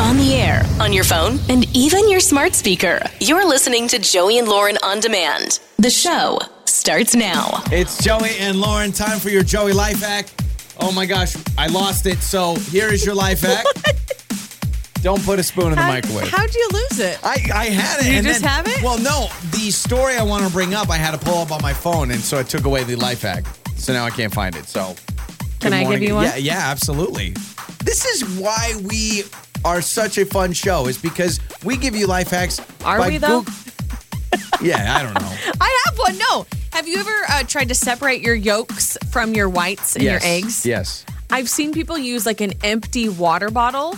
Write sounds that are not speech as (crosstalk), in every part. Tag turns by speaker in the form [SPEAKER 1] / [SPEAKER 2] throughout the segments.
[SPEAKER 1] on the air, on your phone, and even your smart speaker. You're listening to Joey and Lauren on demand. The show starts now.
[SPEAKER 2] It's Joey and Lauren. Time for your Joey life hack. Oh my gosh, I lost it. So here is your life
[SPEAKER 3] (laughs)
[SPEAKER 2] hack. Don't put a spoon in the microwave.
[SPEAKER 3] How'd you lose it?
[SPEAKER 2] I, I had it.
[SPEAKER 3] You
[SPEAKER 2] and
[SPEAKER 3] just
[SPEAKER 2] then-
[SPEAKER 3] have it?
[SPEAKER 2] Well, no. The story I want to bring up, I had to pull up on my phone, and so I took away the life hack. So now I can't find it. So
[SPEAKER 3] Can
[SPEAKER 2] good
[SPEAKER 3] I give
[SPEAKER 2] morning.
[SPEAKER 3] you one?
[SPEAKER 2] Yeah, yeah, absolutely. This is why we are such a fun show. Is because we give you life hacks.
[SPEAKER 3] Are
[SPEAKER 2] by
[SPEAKER 3] we, though?
[SPEAKER 2] Goog- yeah, I don't know.
[SPEAKER 3] (laughs) I have one. No. Have you ever uh, tried to separate your yolks from your whites and
[SPEAKER 2] yes.
[SPEAKER 3] your eggs?
[SPEAKER 2] Yes.
[SPEAKER 3] I've seen people use like an empty water bottle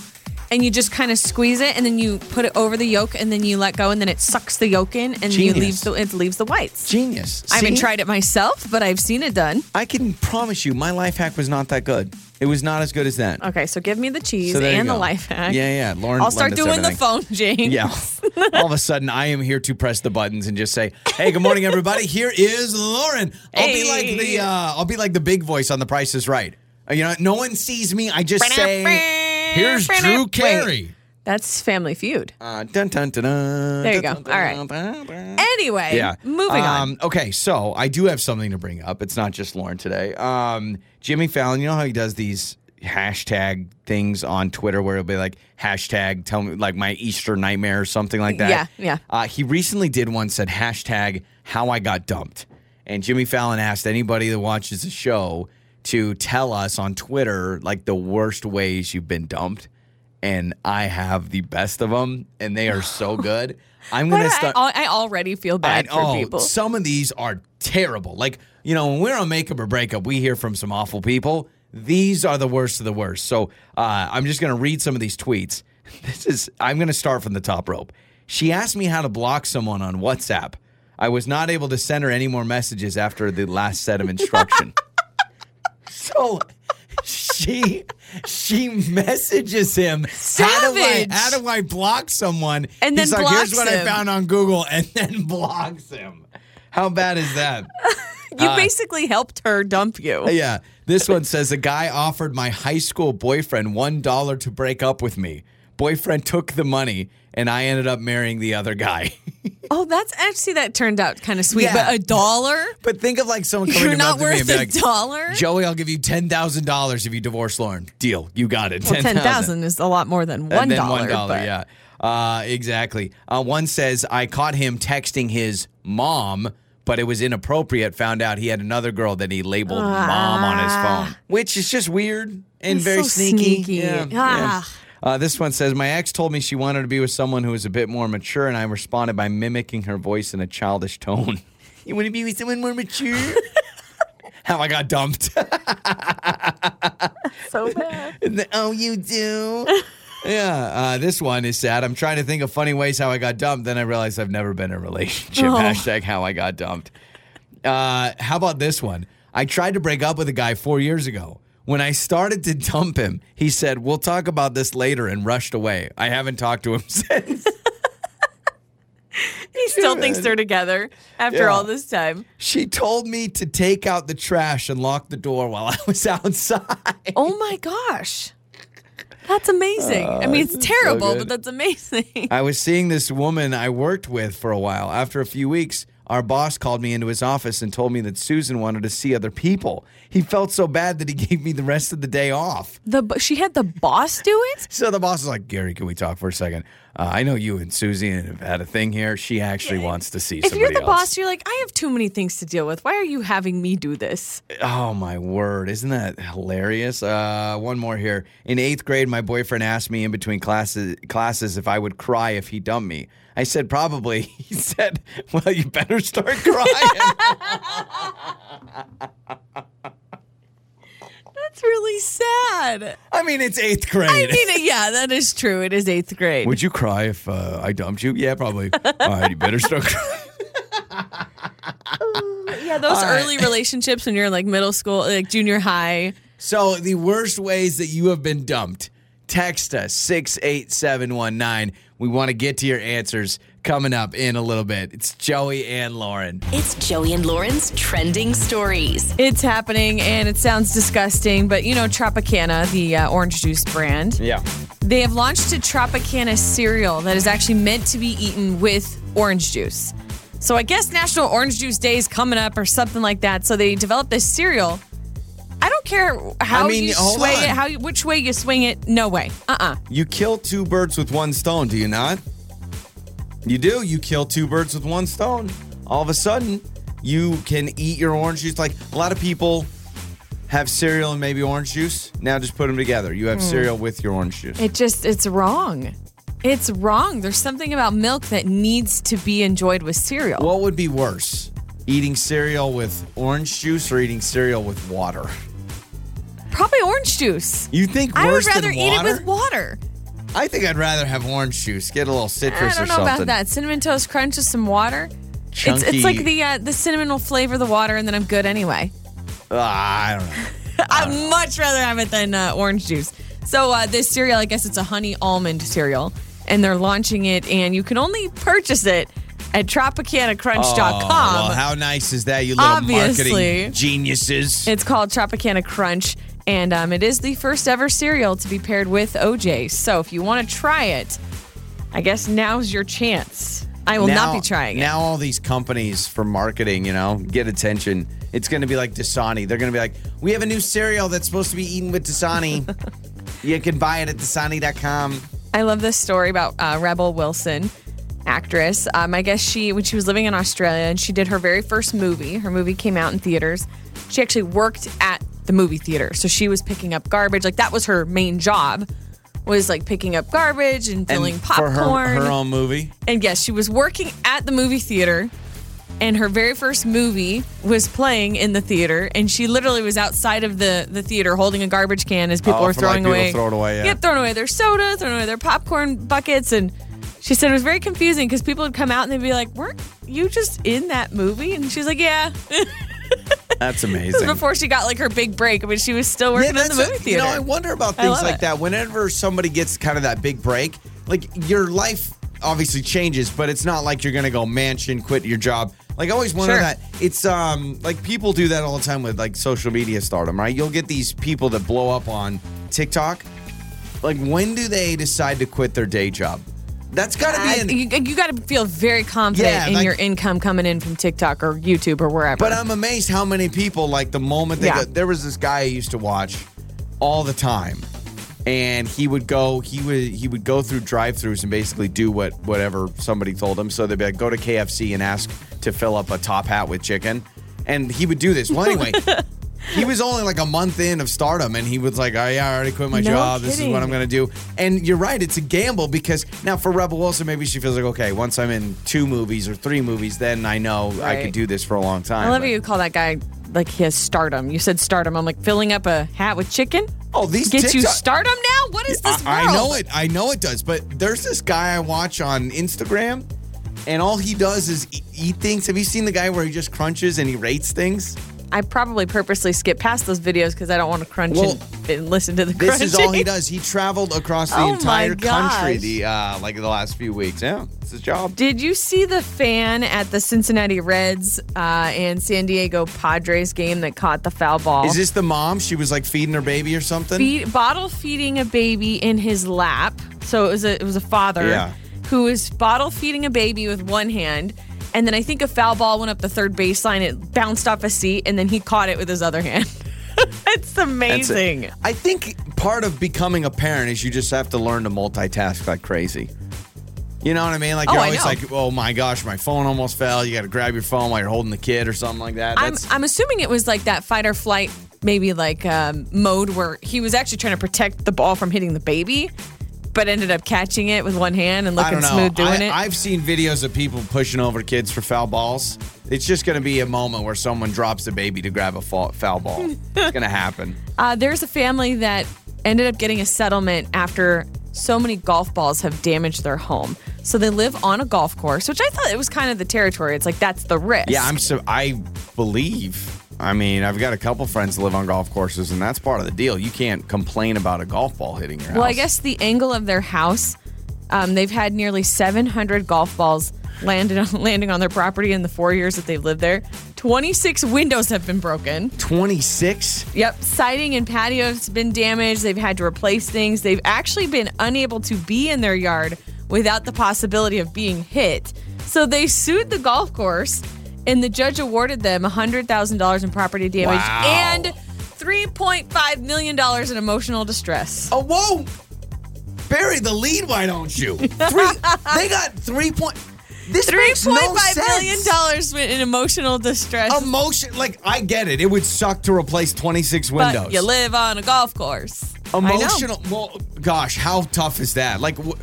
[SPEAKER 3] and you just kind of squeeze it and then you put it over the yolk and then you let go and then it sucks the yolk in and you
[SPEAKER 2] Genius.
[SPEAKER 3] leaves the it leaves the whites.
[SPEAKER 2] Genius.
[SPEAKER 3] I haven't
[SPEAKER 2] See?
[SPEAKER 3] tried it myself, but I've seen it done.
[SPEAKER 2] I can promise you, my life hack was not that good. It was not as good as that.
[SPEAKER 3] Okay, so give me the cheese
[SPEAKER 2] So there you
[SPEAKER 3] and the
[SPEAKER 2] go.
[SPEAKER 3] life hack.
[SPEAKER 2] Yeah, yeah. Lauren,
[SPEAKER 3] I'll start
[SPEAKER 2] lend us
[SPEAKER 3] doing the
[SPEAKER 2] everything.
[SPEAKER 3] phone, Jane.
[SPEAKER 2] Yeah.
[SPEAKER 3] (laughs)
[SPEAKER 2] All of a sudden, I am here to press the buttons and just say, "Hey, good morning, everybody. Here is Lauren. I'll be like the
[SPEAKER 3] Hey.
[SPEAKER 2] uh, I'll be like the big voice on The Price Is Right. Uh, You know, no one sees me. I just say, "Here's Drew Carey."
[SPEAKER 3] That's Family Feud.
[SPEAKER 2] Uh, dun, dun, dun, dun,
[SPEAKER 3] There you
[SPEAKER 2] dun,
[SPEAKER 3] go.
[SPEAKER 2] dun,
[SPEAKER 3] All
[SPEAKER 2] dun, dun, dun.
[SPEAKER 3] Anyway,
[SPEAKER 2] Yeah.
[SPEAKER 3] moving on.
[SPEAKER 2] Um, Okay, so I do have something to bring up. It's not just Lauren today. Um, Jimmy Fallon, you know how he does these hashtag things on Twitter where it'll be like hashtag tell me like my Easter nightmare or something like that.
[SPEAKER 3] Yeah, yeah.
[SPEAKER 2] Uh, he recently did one said hashtag how I got dumped. And Jimmy Fallon asked anybody that watches the show to tell us on Twitter like the worst ways you've been dumped. And I have the best of them, and they are
[SPEAKER 3] (laughs)
[SPEAKER 2] so good. I'm
[SPEAKER 3] Why
[SPEAKER 2] gonna
[SPEAKER 3] do I-
[SPEAKER 2] start.
[SPEAKER 3] I, I already feel bad
[SPEAKER 2] And,
[SPEAKER 3] for
[SPEAKER 2] oh,
[SPEAKER 3] people.
[SPEAKER 2] Some of these are terrible. Like, you know, when we're on makeup or breakup, we hear from some awful people. These are the worst of the worst. So uh, I'm just going to read some of these tweets. (laughs) This is, I'm going to start from the top rope. She asked me how to block someone on WhatsApp. I was not able to send her any more messages after the last set of
[SPEAKER 3] (laughs)
[SPEAKER 2] instruction. so she she messages him how do I
[SPEAKER 3] Savage.
[SPEAKER 2] how do I block someone?
[SPEAKER 3] And then
[SPEAKER 2] He's like, here's
[SPEAKER 3] blocks
[SPEAKER 2] what I
[SPEAKER 3] him."
[SPEAKER 2] found on Google, and (laughs) then blocks him. How bad is (laughs) that?
[SPEAKER 3] you basically helped her dump you.
[SPEAKER 2] yeah. This one says a guy offered my high school boyfriend one dollar to break up with me. Boyfriend took the money, and I ended up marrying the other guy. (laughs)
[SPEAKER 3] Oh, that's actually that turned out kind of sweet.
[SPEAKER 2] Yeah.
[SPEAKER 3] But a dollar?
[SPEAKER 2] but think of like someone coming
[SPEAKER 3] You're
[SPEAKER 2] to
[SPEAKER 3] not
[SPEAKER 2] up to me
[SPEAKER 3] worth
[SPEAKER 2] and be
[SPEAKER 3] a
[SPEAKER 2] like,
[SPEAKER 3] dollar.
[SPEAKER 2] Joey, I'll give you ten thousand dollars if you divorce Lauren. Deal, you got it.
[SPEAKER 3] well, ten thousand is a lot more than one
[SPEAKER 2] And then
[SPEAKER 3] dollar.
[SPEAKER 2] One dollar,
[SPEAKER 3] but-
[SPEAKER 2] yeah, uh, exactly. Uh, one says I caught him texting his mom, but it was inappropriate. Found out he had another girl that he labeled mom on his phone, which is just weird and
[SPEAKER 3] Ah. That's
[SPEAKER 2] very
[SPEAKER 3] so
[SPEAKER 2] sneaky.
[SPEAKER 3] sneaky.
[SPEAKER 2] Yeah,
[SPEAKER 3] Ah.
[SPEAKER 2] yeah. Uh, this one says, My ex told me she wanted to be with someone who was a bit more mature, and I responded by mimicking her voice in a childish tone. (laughs) you want to be with someone more
[SPEAKER 3] (laughs)
[SPEAKER 2] mature? How I got dumped. (laughs)
[SPEAKER 3] So bad.
[SPEAKER 2] And the- oh, you do? yeah. Uh, this one is sad. I'm trying to think of funny ways how I got dumped. Then I realized I've never been in a relationship.
[SPEAKER 3] Oh.
[SPEAKER 2] Hashtag how I got dumped. Uh, how about this one? I tried to break up with a guy four years ago. When I started to dump him, he said, We'll talk about this later and rushed away. I haven't talked to him (laughs) since.
[SPEAKER 3] (laughs) He still thinks they're together after
[SPEAKER 2] Yeah.
[SPEAKER 3] all this time.
[SPEAKER 2] she told me to take out the trash and lock the door while I was (laughs) outside.
[SPEAKER 3] Oh my gosh. That's amazing. I mean, it's terrible,
[SPEAKER 2] Uh, good.
[SPEAKER 3] but that's amazing. (laughs)
[SPEAKER 2] I was seeing this woman I worked with for a while. After a few weeks, our boss called me into his office and told me that Susan wanted to see other people. He felt so bad that he (laughs) gave me the rest of the day off.
[SPEAKER 3] The bo- she had the boss do it.
[SPEAKER 2] So the boss is like, Gary, can we talk for a second? Uh, I know you and Susie have had a thing here. She actually wants to see
[SPEAKER 3] If
[SPEAKER 2] somebody
[SPEAKER 3] you're the
[SPEAKER 2] else.
[SPEAKER 3] boss, you're like, I have too many things to deal with. Why are you having me do this?
[SPEAKER 2] Oh my word! Isn't that hilarious? Uh, one more here. In eighth grade, my boyfriend asked me in between classes classes if I would cry if he dumped me. I said probably. (laughs) He said, "Well, you better start crying."
[SPEAKER 3] That's
[SPEAKER 2] (laughs)
[SPEAKER 3] really sad.
[SPEAKER 2] I mean, it's eighth grade.
[SPEAKER 3] I mean, yeah, that is true. It is eighth grade.
[SPEAKER 2] would you cry if uh, I dumped you? Yeah,
[SPEAKER 3] (laughs)
[SPEAKER 2] probably. All right, you better start crying.
[SPEAKER 3] yeah, those
[SPEAKER 2] All right.
[SPEAKER 3] early relationships when you're like middle school, like junior high.
[SPEAKER 2] (laughs) So, the worst ways that you have been dumped, text us 68719. We want to get to your answers coming up in a little bit. It's Joey and Lauren.
[SPEAKER 1] It's Joey and Lauren's trending stories.
[SPEAKER 3] It's happening and it sounds disgusting, but you know, Tropicana, the uh, orange juice brand,
[SPEAKER 2] Yeah.
[SPEAKER 3] They have launched a Tropicana cereal that is actually meant to be eaten with orange juice. So I guess National Orange Juice Day is coming up or something like that. So they developed this cereal. I don't care how
[SPEAKER 2] I mean,
[SPEAKER 3] you
[SPEAKER 2] hold
[SPEAKER 3] sway
[SPEAKER 2] on.
[SPEAKER 3] it, how you, which way you swing it. No way. Uh-uh.
[SPEAKER 2] You kill two birds with one stone, do you not? You do. You kill two birds with one stone. All of a sudden, you can eat your orange juice. Like a lot of people have cereal and maybe orange juice. Now just put them together. You have cereal with your orange juice.
[SPEAKER 3] Hmm. It just it's wrong. It's wrong. There's something about milk that needs to be enjoyed with cereal.
[SPEAKER 2] What would be worse? Eating cereal with orange juice or eating cereal with water?
[SPEAKER 3] Probably orange juice.
[SPEAKER 2] You think
[SPEAKER 3] I would
[SPEAKER 2] worse
[SPEAKER 3] rather
[SPEAKER 2] than
[SPEAKER 3] eat it
[SPEAKER 2] water?
[SPEAKER 3] with water.
[SPEAKER 2] I think I'd rather have orange juice. Get a little
[SPEAKER 3] I
[SPEAKER 2] citrus
[SPEAKER 3] don't
[SPEAKER 2] or
[SPEAKER 3] know
[SPEAKER 2] something.
[SPEAKER 3] about that. Cinnamon toast crunch with some water. It's,
[SPEAKER 2] Chunky-
[SPEAKER 3] it's like the uh, the cinnamon will flavor the water, and then I'm good anyway.
[SPEAKER 2] Ah, I don't know.
[SPEAKER 3] (laughs) I'd much rather have it than uh, orange juice. So uh, this cereal, I guess it's a honey almond cereal, and they're launching it, and you can only purchase it at TropicanaCrunch.com.
[SPEAKER 2] Oh, well, how nice is that, you little
[SPEAKER 3] Obviously.
[SPEAKER 2] marketing geniuses?
[SPEAKER 3] It's called Tropicana Crunch, and um, it is the first ever cereal to be paired with OJ. So if you want to try it, I guess now's your chance. I will
[SPEAKER 2] Now-
[SPEAKER 3] not be trying it.
[SPEAKER 2] Now all these companies for marketing, you know, get attention. It's going to be like Dasani. They're going to be like, we have a new cereal that's supposed to be eaten with
[SPEAKER 3] (laughs)
[SPEAKER 2] Dasani. you can buy it at Dasani.com.
[SPEAKER 3] I love this story about uh, Rebel Wilson, actress. Um, I guess she, when she was living in Australia and she did her very first movie, her movie came out in theaters. She actually worked at the movie theater. So she was picking up garbage. Like that was her main job, was like picking up garbage and filling popcorn.
[SPEAKER 2] For her, her own movie.
[SPEAKER 3] And yes, she was working at the movie theater, and her very first movie was playing in the theater. And she literally was outside of the, the theater holding a garbage can as people
[SPEAKER 2] Oh,
[SPEAKER 3] were
[SPEAKER 2] for, like,
[SPEAKER 3] throwing
[SPEAKER 2] people
[SPEAKER 3] away.
[SPEAKER 2] throw it away, yeah.
[SPEAKER 3] Yep, throwing away their soda, throwing away their popcorn buckets. And she said it was very confusing because people would come out and they'd be like, Weren't you just in that movie? And she's like, Yeah. (laughs)
[SPEAKER 2] That's
[SPEAKER 3] This was
[SPEAKER 2] amazing.
[SPEAKER 3] before she got like her big break. I mean, she was still working in the
[SPEAKER 2] that's
[SPEAKER 3] movie
[SPEAKER 2] a- you
[SPEAKER 3] theater.
[SPEAKER 2] know, I wonder about
[SPEAKER 3] I
[SPEAKER 2] things
[SPEAKER 3] love
[SPEAKER 2] like
[SPEAKER 3] it.
[SPEAKER 2] that. Whenever somebody gets kind of that big break, like your life obviously changes, but it's not like you're gonna go mansion, quit your job. Like I always wonder
[SPEAKER 3] Sure.
[SPEAKER 2] that it's um like people do that all the time with like social media stardom, right? You'll get these people that blow up on TikTok. Like when do they decide to quit their day job? That's gotta be
[SPEAKER 3] I-
[SPEAKER 2] an
[SPEAKER 3] Uh, you got to feel very confident
[SPEAKER 2] Yeah,
[SPEAKER 3] in
[SPEAKER 2] like-
[SPEAKER 3] your income coming in from TikTok or YouTube or wherever.
[SPEAKER 2] But I'm amazed how many people like the moment they go.
[SPEAKER 3] Yeah.
[SPEAKER 2] There was this guy I used to watch all the time, and he would go. He would he would go through drive-throughs and basically do what whatever somebody told him. So they'd be like, go to KFC and ask to fill up a top hat with chicken, and he would do this. Well,
[SPEAKER 3] (laughs)
[SPEAKER 2] anyway. He was only like a month in of stardom, and he was like, "Oh yeah, I already quit my
[SPEAKER 3] No
[SPEAKER 2] job. This is
[SPEAKER 3] kidding.
[SPEAKER 2] what I'm gonna do." And you're right; it's a gamble because now for Rebel Wilson, maybe she feels like, "Okay, once I'm in two movies or three movies, then I know I could
[SPEAKER 3] Right.
[SPEAKER 2] do this for a long time."
[SPEAKER 3] I love
[SPEAKER 2] But-
[SPEAKER 3] how you call that guy like he has stardom. You said stardom. I'm like filling up a hat with chicken.
[SPEAKER 2] Oh, these
[SPEAKER 3] Get you
[SPEAKER 2] TikTok-
[SPEAKER 3] stardom now? What is this
[SPEAKER 2] I, I
[SPEAKER 3] world?
[SPEAKER 2] know it. I know it does. But there's this guy I watch on Instagram, and all he does is e- eat things. Have you seen the guy where he just crunches and he rates things?
[SPEAKER 3] I probably purposely skip past those videos because I don't want to crunch
[SPEAKER 2] Well,
[SPEAKER 3] and, and listen to the
[SPEAKER 2] This
[SPEAKER 3] crunching. (laughs)
[SPEAKER 2] is all he does. He traveled across the
[SPEAKER 3] Oh my
[SPEAKER 2] entire country
[SPEAKER 3] gosh.
[SPEAKER 2] the uh, like the last few weeks. Yeah, it's his job.
[SPEAKER 3] Did you see the fan at the Cincinnati Reds uh, and San Diego Padres game that caught the foul ball?
[SPEAKER 2] Is this the mom? She was like feeding her baby or something.
[SPEAKER 3] Feed, bottle feeding a baby in his lap. So it was a it was a father
[SPEAKER 2] Yeah.
[SPEAKER 3] who was bottle feeding a baby with one hand, and then I think a foul ball went up the third baseline. It bounced off a seat, and then he caught it with his other hand. (laughs) it's
[SPEAKER 2] That's it.
[SPEAKER 3] amazing.
[SPEAKER 2] I think part of becoming a parent is you just have to learn to multitask like crazy. You know what I mean? Like
[SPEAKER 3] Oh,
[SPEAKER 2] you're
[SPEAKER 3] I
[SPEAKER 2] always
[SPEAKER 3] know.
[SPEAKER 2] like, "Oh my gosh, my phone almost fell." You got to grab your phone while you're holding the kid or something like that.
[SPEAKER 3] I'm
[SPEAKER 2] That's
[SPEAKER 3] I'm assuming it was like that fight or flight maybe like um, mode where he was actually trying to protect the ball from hitting the baby, but ended up catching it with one hand and
[SPEAKER 2] I
[SPEAKER 3] looking
[SPEAKER 2] don't know.
[SPEAKER 3] smooth doing
[SPEAKER 2] I,
[SPEAKER 3] it.
[SPEAKER 2] I've seen videos of people pushing over kids for foul balls. It's just going to be a moment where someone drops the baby to grab a fa- foul ball. it's going to
[SPEAKER 3] (laughs)
[SPEAKER 2] happen.
[SPEAKER 3] Uh, there's a family that ended up getting a settlement after so many golf balls have damaged their home. So they live on a golf course, which I thought it was kind of the territory. It's like that's the risk.
[SPEAKER 2] Yeah, I'm so I believe. I mean, I've got a couple friends that live on golf courses, and that's part of the deal. You can't complain about a golf ball hitting your house.
[SPEAKER 3] well, I guess the angle of their house, um, they've had (laughs) nearly 700 golf balls landed on, landing on their property in the four years that they've lived there. 26 windows have been broken.
[SPEAKER 2] 26?
[SPEAKER 3] Yep, siding and patio has been damaged. They've had to replace things. They've actually been unable to be in their yard without the possibility of being hit. So they sued the golf course, and the judge awarded them $100,000 in property damage
[SPEAKER 2] Wow.
[SPEAKER 3] and $3.5 million in emotional distress.
[SPEAKER 2] Oh, whoa! Bury the lead, why don't you? Three, they got three point. This makes no
[SPEAKER 3] $3.5 million
[SPEAKER 2] sense.
[SPEAKER 3] dollars in emotional distress.
[SPEAKER 2] Emotion, like I get it. It would suck to replace 26
[SPEAKER 3] but
[SPEAKER 2] windows.
[SPEAKER 3] you live on a golf course. I know. (gasps)
[SPEAKER 2] Emotional. Well, gosh, how tough is that? Like, wh-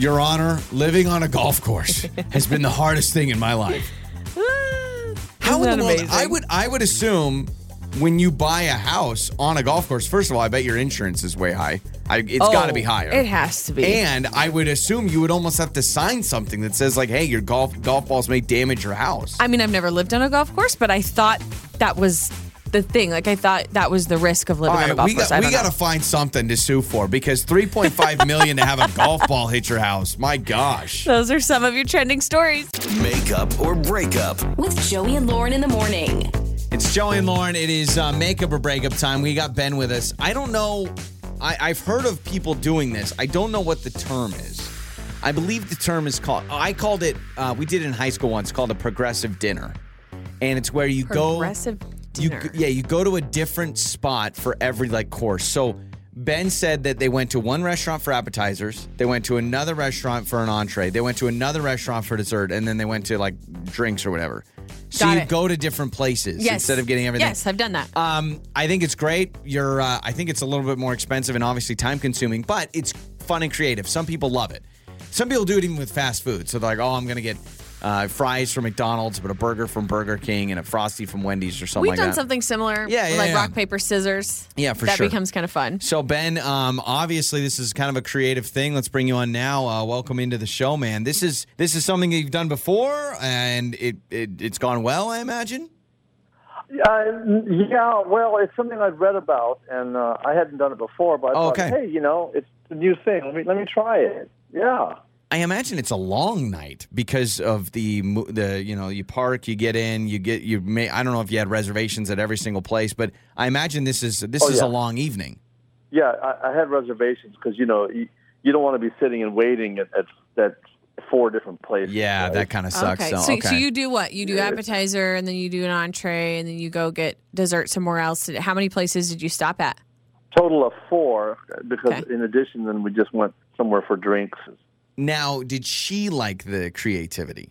[SPEAKER 2] Your Honor, living on a golf course
[SPEAKER 3] (laughs)
[SPEAKER 2] has been the hardest thing in my life. How
[SPEAKER 3] Isn't
[SPEAKER 2] in the
[SPEAKER 3] that
[SPEAKER 2] world?
[SPEAKER 3] amazing?
[SPEAKER 2] I would I would assume when you buy a house on a golf course, first of all, I bet your insurance is way high. I, it's got to
[SPEAKER 3] Oh,
[SPEAKER 2] be higher.
[SPEAKER 3] It has to be.
[SPEAKER 2] And I would assume you would almost have to sign something that says like, "Hey, your golf golf balls may damage your house."
[SPEAKER 3] I mean, I've never lived on a golf course, but I thought that was the thing. Like, I thought that was the risk of living on a golf
[SPEAKER 2] we
[SPEAKER 3] course.
[SPEAKER 2] got
[SPEAKER 3] I
[SPEAKER 2] we
[SPEAKER 3] don't
[SPEAKER 2] got to
[SPEAKER 3] know.
[SPEAKER 2] find something to sue for because 3.5 million to have a golf ball hit your house. My gosh.
[SPEAKER 3] Those are some of your trending stories.
[SPEAKER 4] Makeup or breakup.
[SPEAKER 1] With Joey and Lauren in the morning.
[SPEAKER 2] It's Joey and Lauren. It is uh, makeup or breakup time. We got Ben with us. I don't know. I, I've heard of people doing this. I don't know what the term is. I believe the term is called. I called it. Uh, we did it in high school once. Called a progressive dinner, and it's where you
[SPEAKER 3] Progressive
[SPEAKER 2] go.
[SPEAKER 3] dinner.
[SPEAKER 2] You, yeah, you go to a different spot for every like course. So Ben said that they went to one restaurant for appetizers, they went to another restaurant for an entree, they went to another restaurant for dessert, and then they went to like drinks or whatever. So
[SPEAKER 3] Got
[SPEAKER 2] you
[SPEAKER 3] it.
[SPEAKER 2] go to different places
[SPEAKER 3] Yes.
[SPEAKER 2] instead of getting everything.
[SPEAKER 3] Yes, I've done that.
[SPEAKER 2] Um, I think it's great. You're, uh, I think it's a little bit more expensive and obviously time consuming, but it's fun and creative. Some people love it. Some people do it even with fast food. So they're like, oh, I'm going to get uh, fries from McDonald's, but a burger from Burger King and a Frosty from Wendy's or something
[SPEAKER 3] We've
[SPEAKER 2] like
[SPEAKER 3] done
[SPEAKER 2] that.
[SPEAKER 3] something similar.
[SPEAKER 2] Yeah, yeah,
[SPEAKER 3] Like
[SPEAKER 2] yeah.
[SPEAKER 3] rock, paper, scissors.
[SPEAKER 2] Yeah, for
[SPEAKER 3] that
[SPEAKER 2] sure.
[SPEAKER 3] That becomes kind of fun.
[SPEAKER 2] So, Ben, um, obviously this is kind of a creative thing. Let's bring you on now. Uh, welcome into the show, man. This is this is something that you've done before and it, it, it's gone well, I imagine.
[SPEAKER 5] Uh, yeah, well, it's something I'd read about, and uh, I hadn't done it before, but I
[SPEAKER 2] Oh, Okay.
[SPEAKER 5] thought, hey, you know, it's a new thing. Let me let me try it. Yeah.
[SPEAKER 2] I imagine it's a long night because of the mo- the you know you park you get in you get you may I don't know if you had reservations at every single place but I imagine this is this
[SPEAKER 5] Oh,
[SPEAKER 2] is a
[SPEAKER 5] yeah.
[SPEAKER 2] long evening.
[SPEAKER 5] Yeah, I, I had reservations because, you know, you, you don't want to be sitting and waiting at, at, at four different places. Uh,
[SPEAKER 2] Yeah,
[SPEAKER 5] right?
[SPEAKER 2] that kind of sucks.
[SPEAKER 3] okay.
[SPEAKER 2] So,
[SPEAKER 3] So,
[SPEAKER 2] okay.
[SPEAKER 3] so you do what? You do appetizer, and then you do an entree, and then you go get dessert somewhere else. How many places did you stop at?
[SPEAKER 5] Total of four, uh, because
[SPEAKER 3] Okay.
[SPEAKER 5] in addition, then we just went somewhere for drinks.
[SPEAKER 2] now did she like the creativity?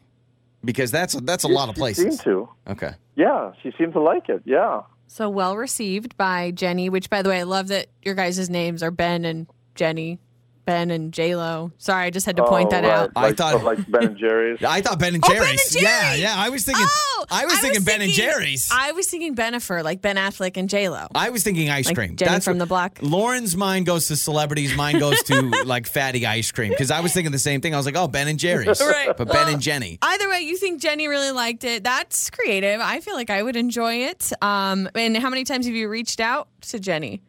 [SPEAKER 2] Because that's that's a lot of
[SPEAKER 5] She
[SPEAKER 2] places.
[SPEAKER 5] seemed to.
[SPEAKER 2] Okay.
[SPEAKER 5] Yeah, she seemed to like it. Yeah.
[SPEAKER 3] So well received by Jenny, which by the way, I love that your guys' names are Ben and Jenny, Ben and J Lo. Sorry, I just had to point
[SPEAKER 5] Oh,
[SPEAKER 3] that
[SPEAKER 5] right.
[SPEAKER 3] out.
[SPEAKER 2] I
[SPEAKER 5] Like,
[SPEAKER 2] thought-
[SPEAKER 5] like Ben and Jerry's.
[SPEAKER 2] I thought Ben and
[SPEAKER 3] Oh, Ben
[SPEAKER 2] Jerry's.
[SPEAKER 3] and
[SPEAKER 2] Yeah,
[SPEAKER 3] Jerry's!
[SPEAKER 2] yeah. I was thinking.
[SPEAKER 3] oh,
[SPEAKER 2] I was thinking Ben and
[SPEAKER 3] thinking-
[SPEAKER 2] Jerry's. I,
[SPEAKER 3] I was thinking Benifer, like Ben Affleck and J Lo.
[SPEAKER 2] was thinking ice
[SPEAKER 3] Like
[SPEAKER 2] cream.
[SPEAKER 3] Jenny
[SPEAKER 2] That's
[SPEAKER 3] from
[SPEAKER 2] what-
[SPEAKER 3] the block.
[SPEAKER 2] Lauren's mind goes to celebrities. Mine goes
[SPEAKER 3] (laughs)
[SPEAKER 2] to like fatty ice cream because I was thinking the same thing. I was like, oh, Ben and Jerry's,
[SPEAKER 3] (laughs) Right.
[SPEAKER 2] But Ben
[SPEAKER 3] Well, (gasps)
[SPEAKER 2] and Jenny.
[SPEAKER 3] Either way, you think Jenny really liked it. That's creative. I feel like I would enjoy it. Um, and how many times have you reached out to Jenny?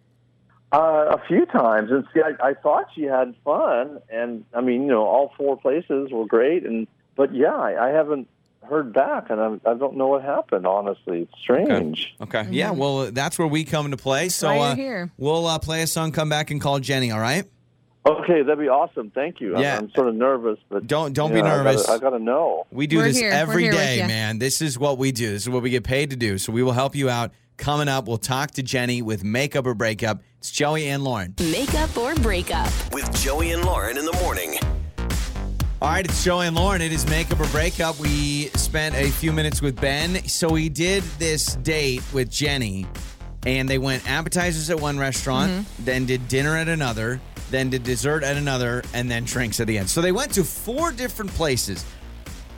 [SPEAKER 5] Uh, a few times, and see, I, I thought she had fun, and I mean, you know, all four places were great, and but yeah, I, I haven't heard back, and I'm, I don't know what happened. Honestly, it's strange.
[SPEAKER 2] Okay. Yeah. Well, uh, that's where we come into play. So
[SPEAKER 3] why you're
[SPEAKER 2] uh,
[SPEAKER 3] Mm-hmm. here.
[SPEAKER 2] we'll uh, play a song, come back, and call Jenny. All right.
[SPEAKER 5] Okay, that'd be awesome. Thank you. I'm-
[SPEAKER 2] Yeah.
[SPEAKER 5] I'm, sort of nervous, but
[SPEAKER 2] Don't- don't
[SPEAKER 5] you
[SPEAKER 2] be
[SPEAKER 5] know, I gotta-
[SPEAKER 2] nervous.
[SPEAKER 5] I gotta know.
[SPEAKER 2] We do
[SPEAKER 3] We're
[SPEAKER 2] this
[SPEAKER 3] here. We're
[SPEAKER 2] every
[SPEAKER 3] here with
[SPEAKER 2] day,
[SPEAKER 3] ya.
[SPEAKER 2] man. This is what we do. This is what we get paid to do. So we will help you out. Coming up, we'll talk to Jenny with makeup or breakup. It's Joey and Lauren.
[SPEAKER 1] Makeup or breakup.
[SPEAKER 4] With Joey and Lauren in the morning.
[SPEAKER 2] All right, it's Joey and Lauren. It is Makeup or Breakup. We spent a few minutes with Ben. So he did this date with Jenny, and they went appetizers at one restaurant, then did dinner at another, then did dessert at another, and then drinks at the end. So they went to four different places.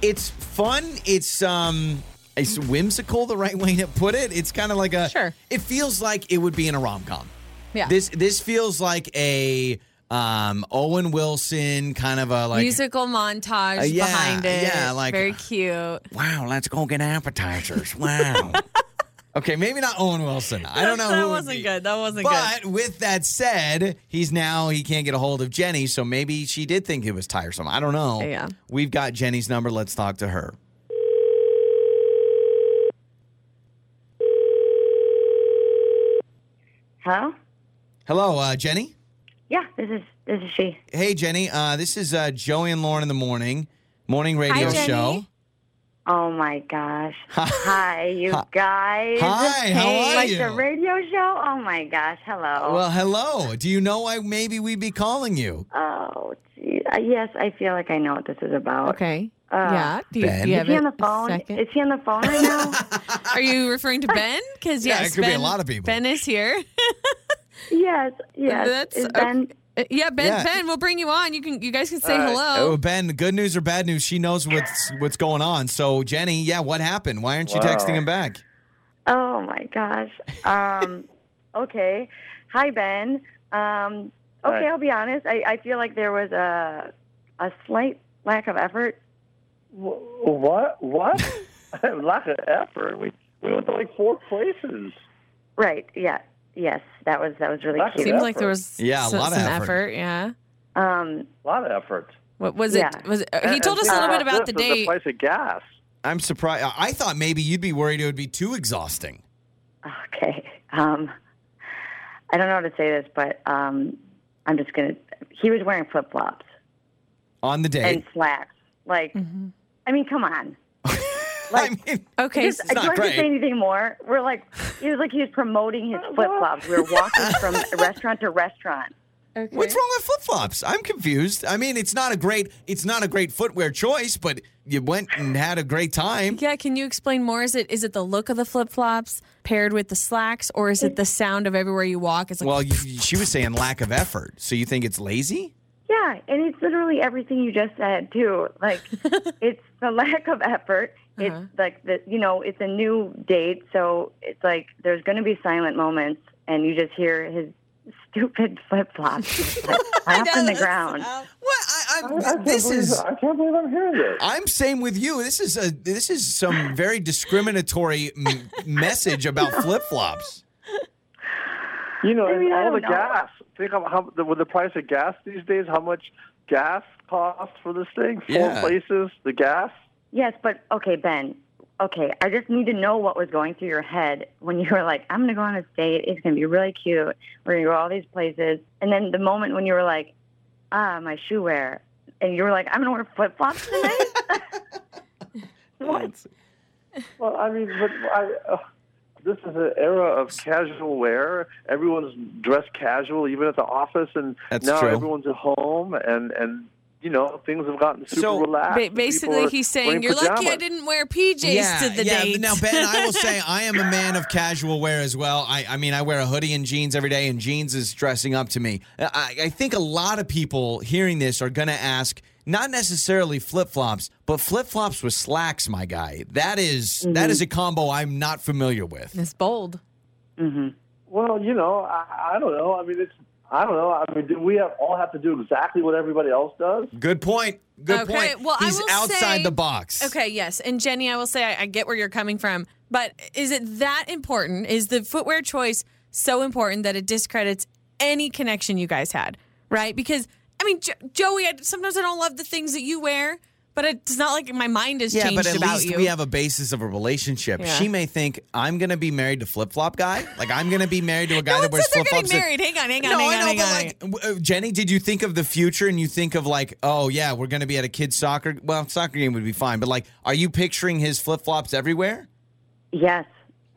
[SPEAKER 2] It's fun. It's um it's whimsical the right way to put it. It's kind of like a
[SPEAKER 3] Sure.
[SPEAKER 2] it feels like it would be in a rom com.
[SPEAKER 3] Yeah.
[SPEAKER 2] This this feels like a um Owen Wilson kind of a like
[SPEAKER 3] Musical montage
[SPEAKER 2] Uh, yeah,
[SPEAKER 3] behind it.
[SPEAKER 2] yeah, like-
[SPEAKER 3] very cute.
[SPEAKER 2] wow, let's go get appetizers. Wow. (laughs) okay, maybe not Owen Wilson. I don't know.
[SPEAKER 3] (laughs) That
[SPEAKER 2] who it would
[SPEAKER 3] wasn't
[SPEAKER 2] be.
[SPEAKER 3] good. That wasn't good.
[SPEAKER 2] But with that said, he's now he can't get a hold of Jenny, so maybe she did think it was tiresome. I don't know.
[SPEAKER 3] Yeah.
[SPEAKER 2] We've got Jenny's number. Let's talk to her.
[SPEAKER 6] Hello?
[SPEAKER 2] Hello, uh, Jenny.
[SPEAKER 6] Yeah, this is this is she.
[SPEAKER 2] Hey, Jenny. Uh, this is uh, Joey and Lauren in the morning, morning radio
[SPEAKER 3] Jenny.
[SPEAKER 2] show.
[SPEAKER 6] Oh my
[SPEAKER 2] (laughs)
[SPEAKER 6] gosh. Hi, you guys.
[SPEAKER 2] Hi, how are
[SPEAKER 6] like
[SPEAKER 2] you?
[SPEAKER 6] the radio show? Oh my gosh,
[SPEAKER 3] Oh.
[SPEAKER 6] hello.
[SPEAKER 2] Well, hello. Do you know why maybe we'd be calling you?
[SPEAKER 6] oh, gee. Uh, yes, I feel like I know what this is about.
[SPEAKER 3] Okay. yeah. Do you,
[SPEAKER 2] Ben?
[SPEAKER 3] do you
[SPEAKER 2] Is
[SPEAKER 3] have
[SPEAKER 6] Is he
[SPEAKER 3] it
[SPEAKER 6] Uh, on the
[SPEAKER 3] a
[SPEAKER 6] phone?
[SPEAKER 3] second?
[SPEAKER 6] Is he on the phone right now?
[SPEAKER 2] (laughs)
[SPEAKER 3] Are you referring to (laughs) Ben? Because
[SPEAKER 2] Yeah,
[SPEAKER 3] yes,
[SPEAKER 2] it could be a
[SPEAKER 3] Ben-
[SPEAKER 2] lot of people.
[SPEAKER 3] Ben is here. (laughs)
[SPEAKER 6] yes, yes.
[SPEAKER 3] That's
[SPEAKER 6] is
[SPEAKER 3] okay.
[SPEAKER 6] Ben
[SPEAKER 3] Uh, Yeah, Ben.
[SPEAKER 2] Yeah.
[SPEAKER 3] Ben, we'll bring you on. You can. You guys can say hello.
[SPEAKER 2] Oh, Ben. Good news or bad news? She knows what's what's going on. So, Jenny, yeah, what happened? Why aren't you
[SPEAKER 5] Wow.
[SPEAKER 2] texting him back?
[SPEAKER 6] Oh my gosh. Um, (laughs) okay. Hi, Ben. Um, okay,
[SPEAKER 5] Hi.
[SPEAKER 6] I'll be honest. I, I feel like there was a a slight lack of effort.
[SPEAKER 5] Wh- What?
[SPEAKER 2] (laughs)
[SPEAKER 5] What? (laughs) Lack of effort. We we went to like four places.
[SPEAKER 6] Right. Yeah. Yes. That was that was really
[SPEAKER 5] That's
[SPEAKER 6] cute.
[SPEAKER 3] Seems like there was
[SPEAKER 2] Yeah, a
[SPEAKER 3] so-
[SPEAKER 2] lot of
[SPEAKER 3] some
[SPEAKER 2] effort.
[SPEAKER 3] Yeah.
[SPEAKER 6] Um,
[SPEAKER 5] A lot of effort.
[SPEAKER 3] What was
[SPEAKER 6] Yeah.
[SPEAKER 3] it? Was it, uh, he
[SPEAKER 5] And-
[SPEAKER 3] told us
[SPEAKER 5] and
[SPEAKER 3] a little bit
[SPEAKER 5] think
[SPEAKER 3] about the
[SPEAKER 5] this is
[SPEAKER 3] date?
[SPEAKER 5] price of gas.
[SPEAKER 2] I'm surprised. I- I thought maybe you'd be worried it would be too exhausting.
[SPEAKER 6] okay. Um, I don't know how to say this, but um, I'm just gonna. He was wearing flip flops
[SPEAKER 2] On the date,
[SPEAKER 6] and slacks. Like,
[SPEAKER 3] Mm-hmm.
[SPEAKER 6] I mean, come on.
[SPEAKER 2] (laughs) I mean,
[SPEAKER 3] Okay.
[SPEAKER 6] Just,
[SPEAKER 2] not
[SPEAKER 6] do I have
[SPEAKER 2] great.
[SPEAKER 6] to say anything more? We're like, it was like he was promoting
[SPEAKER 3] (laughs)
[SPEAKER 6] his flip flops. We were walking from
[SPEAKER 2] (laughs)
[SPEAKER 6] restaurant to restaurant.
[SPEAKER 3] okay.
[SPEAKER 2] what's wrong with flip flops? I'm confused. I mean, it's not a great, it's not a great footwear choice, but you went and had a great time.
[SPEAKER 3] Yeah. Can you explain more? Is it is it the look of the flip flops paired with the slacks, or is it the sound of everywhere you walk? It's like
[SPEAKER 2] Well, you, she was saying lack of effort. So you think it's lazy?
[SPEAKER 6] Yeah, and it's literally everything you just said too. Like, it's the lack of effort. It's like the you know, it's a new date, so it's like there's going to be silent moments, and you just hear his stupid (laughs) flip flops like, slap on the ground.
[SPEAKER 2] What? I,
[SPEAKER 5] I, I
[SPEAKER 2] I,
[SPEAKER 5] can't
[SPEAKER 2] this
[SPEAKER 5] believe-
[SPEAKER 2] is.
[SPEAKER 5] I can't believe I'm hearing this.
[SPEAKER 2] I'm same with you. This is a this is some very discriminatory m- message about flip flops.
[SPEAKER 5] You know,
[SPEAKER 6] mean,
[SPEAKER 5] and
[SPEAKER 6] I
[SPEAKER 5] all the
[SPEAKER 6] don't know.
[SPEAKER 5] gas. Think of how the, with the price of gas these days, how much gas costs for this thing? Four
[SPEAKER 2] Yeah.
[SPEAKER 5] places, the gas.
[SPEAKER 6] Yes, but okay, Ben. Okay, I just need to know what was going through your head when you were like, "I'm gonna go on this date. It's gonna be really cute. We're gonna go all these places." And then the moment when you were like, "Ah, my shoe wear," and you were like, "I'm gonna wear flip flops tonight."
[SPEAKER 5] What? Well, I mean, but I, uh, this is an era of casual wear. Everyone's dressed casual, even at the office, and
[SPEAKER 2] That's
[SPEAKER 5] now
[SPEAKER 2] true.
[SPEAKER 5] everyone's at home, and and you know things have gotten super
[SPEAKER 2] So,
[SPEAKER 5] relaxed.
[SPEAKER 3] Ba-
[SPEAKER 5] and people
[SPEAKER 3] basically,
[SPEAKER 5] are
[SPEAKER 3] he's
[SPEAKER 5] wearing
[SPEAKER 3] saying you're lucky I
[SPEAKER 5] pajamas."
[SPEAKER 3] didn't wear PJs to the
[SPEAKER 2] yeah.
[SPEAKER 3] date.
[SPEAKER 2] Now, Ben, I will
[SPEAKER 3] (laughs)
[SPEAKER 2] say I am a man of casual wear as well. I, I mean, I wear a hoodie and jeans every day, and jeans is dressing up to me. Uh, I, I think a lot of people hearing this are going to ask, not necessarily flip flops, but flip flops with slacks, my guy. That is-
[SPEAKER 3] Mm-hmm.
[SPEAKER 2] that is a combo I'm not familiar with.
[SPEAKER 3] It's bold.
[SPEAKER 5] Well, you know, I, I don't know. I mean, it's I don't know. I mean, do we have, all have to do exactly what everybody else does?
[SPEAKER 2] Good point. Good
[SPEAKER 3] Okay,
[SPEAKER 2] point.
[SPEAKER 3] well, I
[SPEAKER 2] He's
[SPEAKER 3] will
[SPEAKER 2] outside
[SPEAKER 3] say-
[SPEAKER 2] the box.
[SPEAKER 3] Okay, yes. And Jenny, I will say I, I get where you're coming from, but is it that important? Is the footwear choice so important that it discredits any connection you guys had, right? Because, I mean, jo- Joey, I, sometimes I don't love the things that you wear, but it's not like my mind has
[SPEAKER 2] Yeah,
[SPEAKER 3] changed
[SPEAKER 2] but at
[SPEAKER 3] about
[SPEAKER 2] least
[SPEAKER 3] you.
[SPEAKER 2] we have a basis of a relationship.
[SPEAKER 3] Yeah.
[SPEAKER 2] She may think I'm gonna be married to flip flop guy. Like I'm gonna be married to a guy
[SPEAKER 3] no
[SPEAKER 2] that
[SPEAKER 3] one
[SPEAKER 2] wears
[SPEAKER 3] said they're
[SPEAKER 2] flip
[SPEAKER 3] getting
[SPEAKER 2] flops.
[SPEAKER 3] married. Hang on, hang on,
[SPEAKER 2] no,
[SPEAKER 3] hang
[SPEAKER 2] I
[SPEAKER 3] on,
[SPEAKER 2] know,
[SPEAKER 3] hang
[SPEAKER 2] but
[SPEAKER 3] on.
[SPEAKER 2] like, w- uh, Jenny, did you think of the future and you think of like, oh yeah, we're gonna be at a kids soccer? Well, soccer game would be fine, but like, are you picturing his flip flops everywhere?
[SPEAKER 6] yes.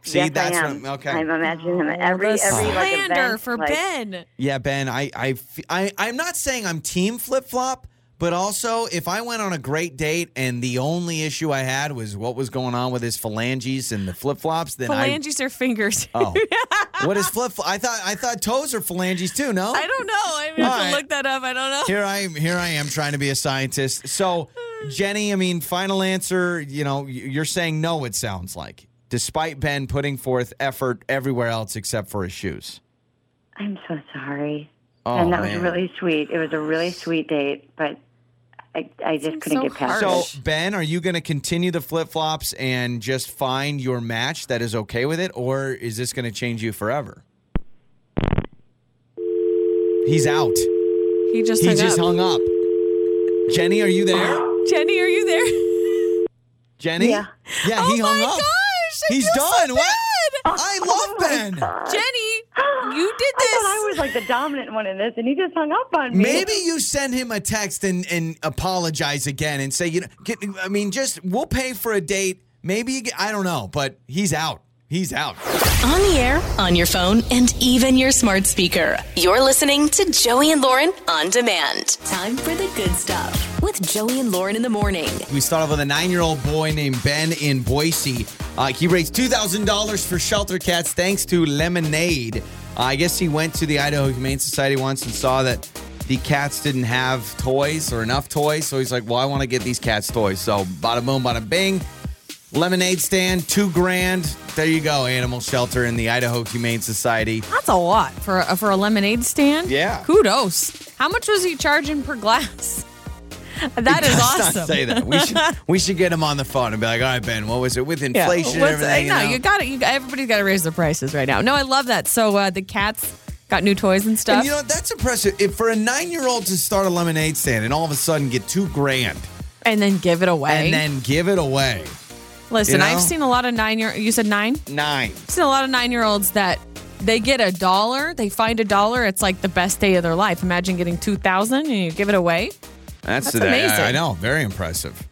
[SPEAKER 2] See,
[SPEAKER 6] yes,
[SPEAKER 2] that's
[SPEAKER 6] I
[SPEAKER 2] what
[SPEAKER 6] am.
[SPEAKER 2] I'm- okay.
[SPEAKER 6] I'm imagining him at
[SPEAKER 3] Oh,
[SPEAKER 6] every
[SPEAKER 3] the
[SPEAKER 6] every like
[SPEAKER 3] slander
[SPEAKER 6] event.
[SPEAKER 3] for
[SPEAKER 6] like,
[SPEAKER 3] Ben.
[SPEAKER 2] Yeah, Ben, I, I, f- I I'm not saying I'm team flip flop, but also if I went on a great date and the only issue I had was what was going on with his phalanges and the flip flops, then I
[SPEAKER 3] Phalanges are fingers.
[SPEAKER 2] (laughs) Oh, what is flip? I thought I thought toes are phalanges too. No,
[SPEAKER 3] I don't know. I mean,
[SPEAKER 2] All
[SPEAKER 3] I have
[SPEAKER 2] right.
[SPEAKER 3] to look that up. I don't know.
[SPEAKER 2] Here I am. Here I am trying to be a scientist. So, Jenny, I mean, final answer. You know, y- you're saying no. It sounds like, despite Ben putting forth effort everywhere else except for his shoes.
[SPEAKER 6] I'm so sorry.
[SPEAKER 2] Oh,
[SPEAKER 6] and that
[SPEAKER 2] man.
[SPEAKER 6] was really sweet. It was a really sweet date, but I I just
[SPEAKER 3] Seems
[SPEAKER 6] couldn't
[SPEAKER 3] so
[SPEAKER 6] get past
[SPEAKER 2] So,
[SPEAKER 6] it.
[SPEAKER 2] Ben, are you going to continue the flip flops and just find your match that is okay with it, or is this going to change you forever? He's out.
[SPEAKER 3] He just
[SPEAKER 2] He
[SPEAKER 3] hung
[SPEAKER 2] just
[SPEAKER 3] up.
[SPEAKER 2] hung up. Jenny, are you there?
[SPEAKER 3] Jenny, are you there? (gasps)
[SPEAKER 2] Jenny?
[SPEAKER 6] Yeah.
[SPEAKER 2] Yeah, he
[SPEAKER 3] oh
[SPEAKER 2] hung
[SPEAKER 3] my
[SPEAKER 2] up.
[SPEAKER 3] gosh! I
[SPEAKER 2] He's
[SPEAKER 3] feel so
[SPEAKER 2] done. What?
[SPEAKER 3] bad.
[SPEAKER 2] I love Ben.
[SPEAKER 3] Jenny,
[SPEAKER 6] (gasps)
[SPEAKER 3] You
[SPEAKER 2] (gasps)
[SPEAKER 3] did
[SPEAKER 7] I
[SPEAKER 3] this.
[SPEAKER 7] thought I was like the dominant one in this, and he just hung up on me.
[SPEAKER 2] Maybe you send him a text and, and apologize again and say, you know, get, I mean, just we'll pay for a date. Maybe you get, I don't know, but he's out. He's out.
[SPEAKER 1] On the air, on your phone, and even your smart speaker. You're listening to Joey and Lauren on demand. Time for the good stuff with Joey and Lauren in the morning.
[SPEAKER 2] We start off with a nine-year-old boy named Ben in Boise. Uh, he raised two thousand dollars for shelter cats thanks to lemonade. Uh, I guess he went to the Idaho Humane Society once and saw that the cats didn't have toys or enough toys, so he's like, "Well, I want to get these cats toys." So, bada boom, bada bing. Lemonade stand, two grand. There you go, animal shelter in the Idaho Humane Society.
[SPEAKER 3] That's a lot for a, for a lemonade stand.
[SPEAKER 2] Yeah.
[SPEAKER 3] Kudos. How much was he charging per glass? (laughs) That is
[SPEAKER 2] Let's
[SPEAKER 3] awesome.
[SPEAKER 2] Not say that. We should we should get him on the phone and be like, "All right, Ben, what was it with
[SPEAKER 3] Yeah.
[SPEAKER 2] inflation
[SPEAKER 3] What's-
[SPEAKER 2] and
[SPEAKER 3] uh,
[SPEAKER 2] everything?"
[SPEAKER 3] No,
[SPEAKER 2] know?
[SPEAKER 3] you got it. You, everybody's got to raise their prices right now. No, I love that. So uh, the cats got new toys and stuff.
[SPEAKER 2] And you know that's impressive. If for a nine-year-old to start a lemonade stand and all of a sudden get two grand
[SPEAKER 3] and then give it away.
[SPEAKER 2] and then give it away,
[SPEAKER 3] listen,
[SPEAKER 2] you know?
[SPEAKER 3] I've seen a lot of nine year. You said nine.
[SPEAKER 2] nine.
[SPEAKER 3] I've seen a lot of nine year olds that they get a dollar. They find a dollar. It's like the best day of their life. Imagine getting two thousand and you give it away.
[SPEAKER 2] That's,
[SPEAKER 3] That's amazing.
[SPEAKER 2] I, I know, very impressive.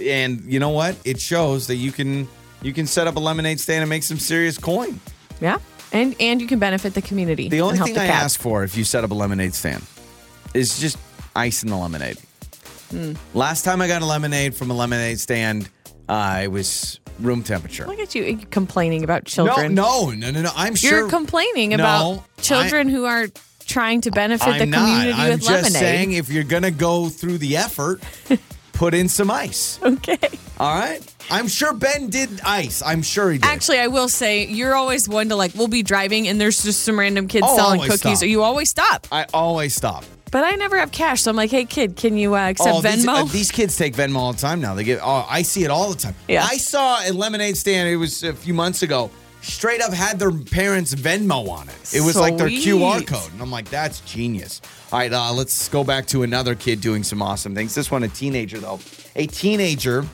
[SPEAKER 2] And you know what? It shows that you can you can set up a lemonade stand and make some serious coin.
[SPEAKER 3] Yeah, and and you can benefit the community.
[SPEAKER 2] The only
[SPEAKER 3] and help
[SPEAKER 2] thing
[SPEAKER 3] the
[SPEAKER 2] I
[SPEAKER 3] cats.
[SPEAKER 2] ask for if you set up a lemonade stand is just ice in the lemonade.
[SPEAKER 3] Hmm.
[SPEAKER 2] Last time I got a lemonade from a lemonade stand, uh, it was room temperature.
[SPEAKER 3] Look at you complaining about
[SPEAKER 2] No,
[SPEAKER 3] children.
[SPEAKER 2] no, no, no, no. I'm sure
[SPEAKER 3] You're complaining
[SPEAKER 2] No,
[SPEAKER 3] about
[SPEAKER 2] I-
[SPEAKER 3] children who are trying to benefit the
[SPEAKER 2] I'm not.
[SPEAKER 3] community
[SPEAKER 2] I'm
[SPEAKER 3] with
[SPEAKER 2] just
[SPEAKER 3] lemonade.
[SPEAKER 2] saying if you're gonna go through the effort, put in some ice.
[SPEAKER 3] (laughs) okay.
[SPEAKER 2] All right. I'm sure Ben did ice. I'm sure he did.
[SPEAKER 3] Actually, I will say you're always one to like. We'll be driving and there's just some random kids
[SPEAKER 2] Oh,
[SPEAKER 3] selling
[SPEAKER 2] always
[SPEAKER 3] cookies.
[SPEAKER 2] stop.
[SPEAKER 3] You always stop,
[SPEAKER 2] I always stop.
[SPEAKER 3] but I never have cash, so I'm like, hey kid, can you uh, accept
[SPEAKER 2] oh,
[SPEAKER 3] Venmo?
[SPEAKER 2] These, uh, these kids take Venmo all the time now. They get. Oh, I see it all the time.
[SPEAKER 3] Yeah.
[SPEAKER 2] I saw a lemonade stand. It was a few months ago. Straight up had their parents' Venmo on it. It was like their
[SPEAKER 3] Sweet.
[SPEAKER 2] QR code, and I'm like, that's genius. All right, uh, let's go back to another kid doing some awesome things. This one, a teenager though. A teenager,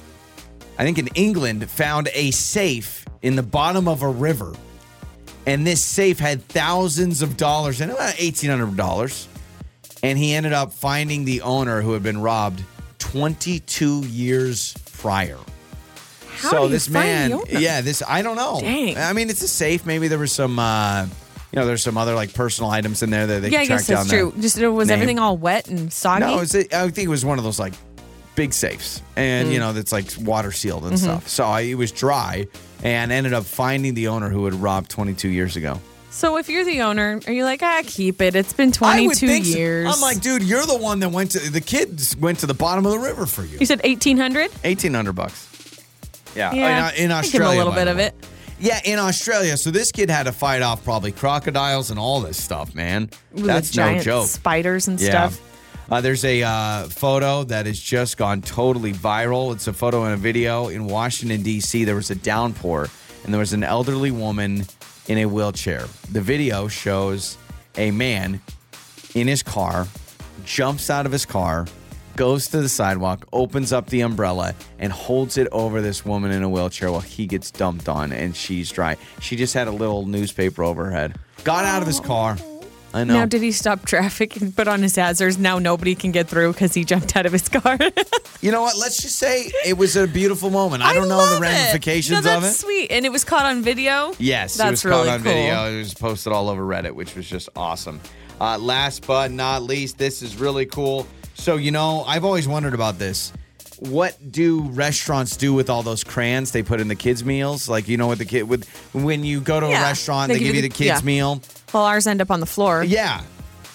[SPEAKER 2] I think in England, found a safe in the bottom of a river, and this safe had thousands of dollars and about eighteen hundred dollars and he ended up finding the owner who had been robbed 22 years prior.
[SPEAKER 3] (laughs) How
[SPEAKER 2] so
[SPEAKER 3] do you
[SPEAKER 2] this
[SPEAKER 3] find
[SPEAKER 2] man,
[SPEAKER 3] the owner?
[SPEAKER 2] yeah, this I don't know.
[SPEAKER 3] Dang.
[SPEAKER 2] I mean, it's a safe. Maybe there was some, uh, you know, there's some other like personal items in there that they
[SPEAKER 3] yeah, I
[SPEAKER 2] could track
[SPEAKER 3] guess
[SPEAKER 2] down.
[SPEAKER 3] that's true.
[SPEAKER 2] There.
[SPEAKER 3] Just it was
[SPEAKER 2] name.
[SPEAKER 3] everything all wet and soggy.
[SPEAKER 2] No, it was, I think it was one of those like big safes, and
[SPEAKER 3] Mm.
[SPEAKER 2] you know that's like water sealed
[SPEAKER 3] Mm-hmm.
[SPEAKER 2] and stuff. So I, it was dry, and ended up finding the owner who had robbed 22 years ago.
[SPEAKER 3] so if you're the owner, are you like, ah, keep it? It's been 22
[SPEAKER 2] so.
[SPEAKER 3] years.
[SPEAKER 2] I'm like, dude, you're the one that went to the kids went to the bottom of the river for you.
[SPEAKER 3] you said 1800.
[SPEAKER 2] Eighteen hundred bucks. Yeah,
[SPEAKER 3] Yeah,
[SPEAKER 2] in, in
[SPEAKER 3] I
[SPEAKER 2] Australia.
[SPEAKER 3] give him a little
[SPEAKER 2] by the
[SPEAKER 3] bit of
[SPEAKER 2] way.
[SPEAKER 3] it.
[SPEAKER 2] Yeah, in Australia. So this kid had to fight off probably crocodiles and all this stuff, man.
[SPEAKER 3] With the
[SPEAKER 2] That's no
[SPEAKER 3] giant
[SPEAKER 2] joke.
[SPEAKER 3] Spiders and
[SPEAKER 2] Yeah.
[SPEAKER 3] stuff.
[SPEAKER 2] Uh, there's a uh, photo that has just gone totally viral. It's a photo and a video in Washington, D.C. There was a downpour, and there was an elderly woman in a wheelchair. The video shows a man in his car, jumps out of his car, goes to the sidewalk, opens up the umbrella, and holds it over this woman in a wheelchair while he gets dumped on and she's dry. She just had a little newspaper over her head. Got out of his car. I know.
[SPEAKER 3] Now, did he stop traffic and put on his hazards? Now nobody can get through because he jumped out of his car. (laughs)
[SPEAKER 2] You know what? Let's just say it was a beautiful moment. I don't know
[SPEAKER 3] love
[SPEAKER 2] the
[SPEAKER 3] it.
[SPEAKER 2] ramifications
[SPEAKER 3] no,
[SPEAKER 2] of
[SPEAKER 3] that's
[SPEAKER 2] it.
[SPEAKER 3] Sweet, and it was caught on video.
[SPEAKER 2] Yes,
[SPEAKER 3] that's
[SPEAKER 2] it was
[SPEAKER 3] really
[SPEAKER 2] caught on
[SPEAKER 3] cool.
[SPEAKER 2] video. It was posted all over Reddit, which was just awesome. Uh, last but not least, this is really cool. So, you know, I've always wondered about this. What do restaurants do with all those crayons they put in the kids' meals? Like, you know, what the kid with when you go to a
[SPEAKER 3] Yeah,
[SPEAKER 2] restaurant, they, give you the, kids'
[SPEAKER 3] yeah.
[SPEAKER 2] meal.
[SPEAKER 3] Well, ours end up on the floor.
[SPEAKER 2] Yeah.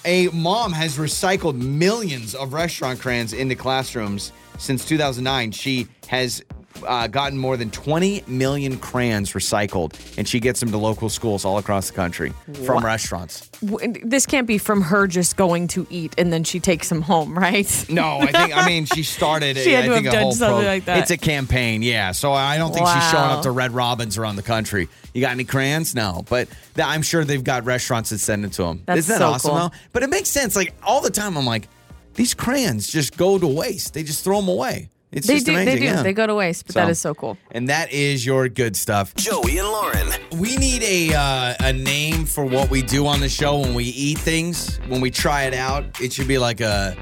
[SPEAKER 2] A mom has recycled millions of restaurant crayons into classrooms since 2009. She has uh, gotten more than 20 million crayons recycled, and she gets them to local schools all across the country from restaurants.
[SPEAKER 3] W- This can't be from her just going to eat and then she takes them home, (laughs) right?
[SPEAKER 2] No, I think I mean she
[SPEAKER 3] (laughs)
[SPEAKER 2] started.
[SPEAKER 3] She had
[SPEAKER 2] I
[SPEAKER 3] to
[SPEAKER 2] think
[SPEAKER 3] have
[SPEAKER 2] a
[SPEAKER 3] done
[SPEAKER 2] whole
[SPEAKER 3] something
[SPEAKER 2] pro-
[SPEAKER 3] like that.
[SPEAKER 2] It's a campaign, yeah. So I don't think she's showing
[SPEAKER 3] Wow.
[SPEAKER 2] up to Red Robins around the country. You got any crayons? No, but th- I'm sure they've got restaurants that send it to them.
[SPEAKER 3] That's
[SPEAKER 2] Isn't that
[SPEAKER 3] so
[SPEAKER 2] awesome?
[SPEAKER 3] cool.
[SPEAKER 2] though? But it makes sense. Like all the time, I'm like, these crayons just go to waste. They just throw them away. It's
[SPEAKER 3] They
[SPEAKER 2] just
[SPEAKER 3] do.
[SPEAKER 2] amazing.
[SPEAKER 3] They do.
[SPEAKER 2] yeah.
[SPEAKER 3] They go to waste, but that
[SPEAKER 2] So-
[SPEAKER 3] is so cool.
[SPEAKER 2] And that is your good stuff.
[SPEAKER 4] Joey and Lauren.
[SPEAKER 2] We need a uh, a name for what we do on the show when we eat things, when we try it out. It should be like a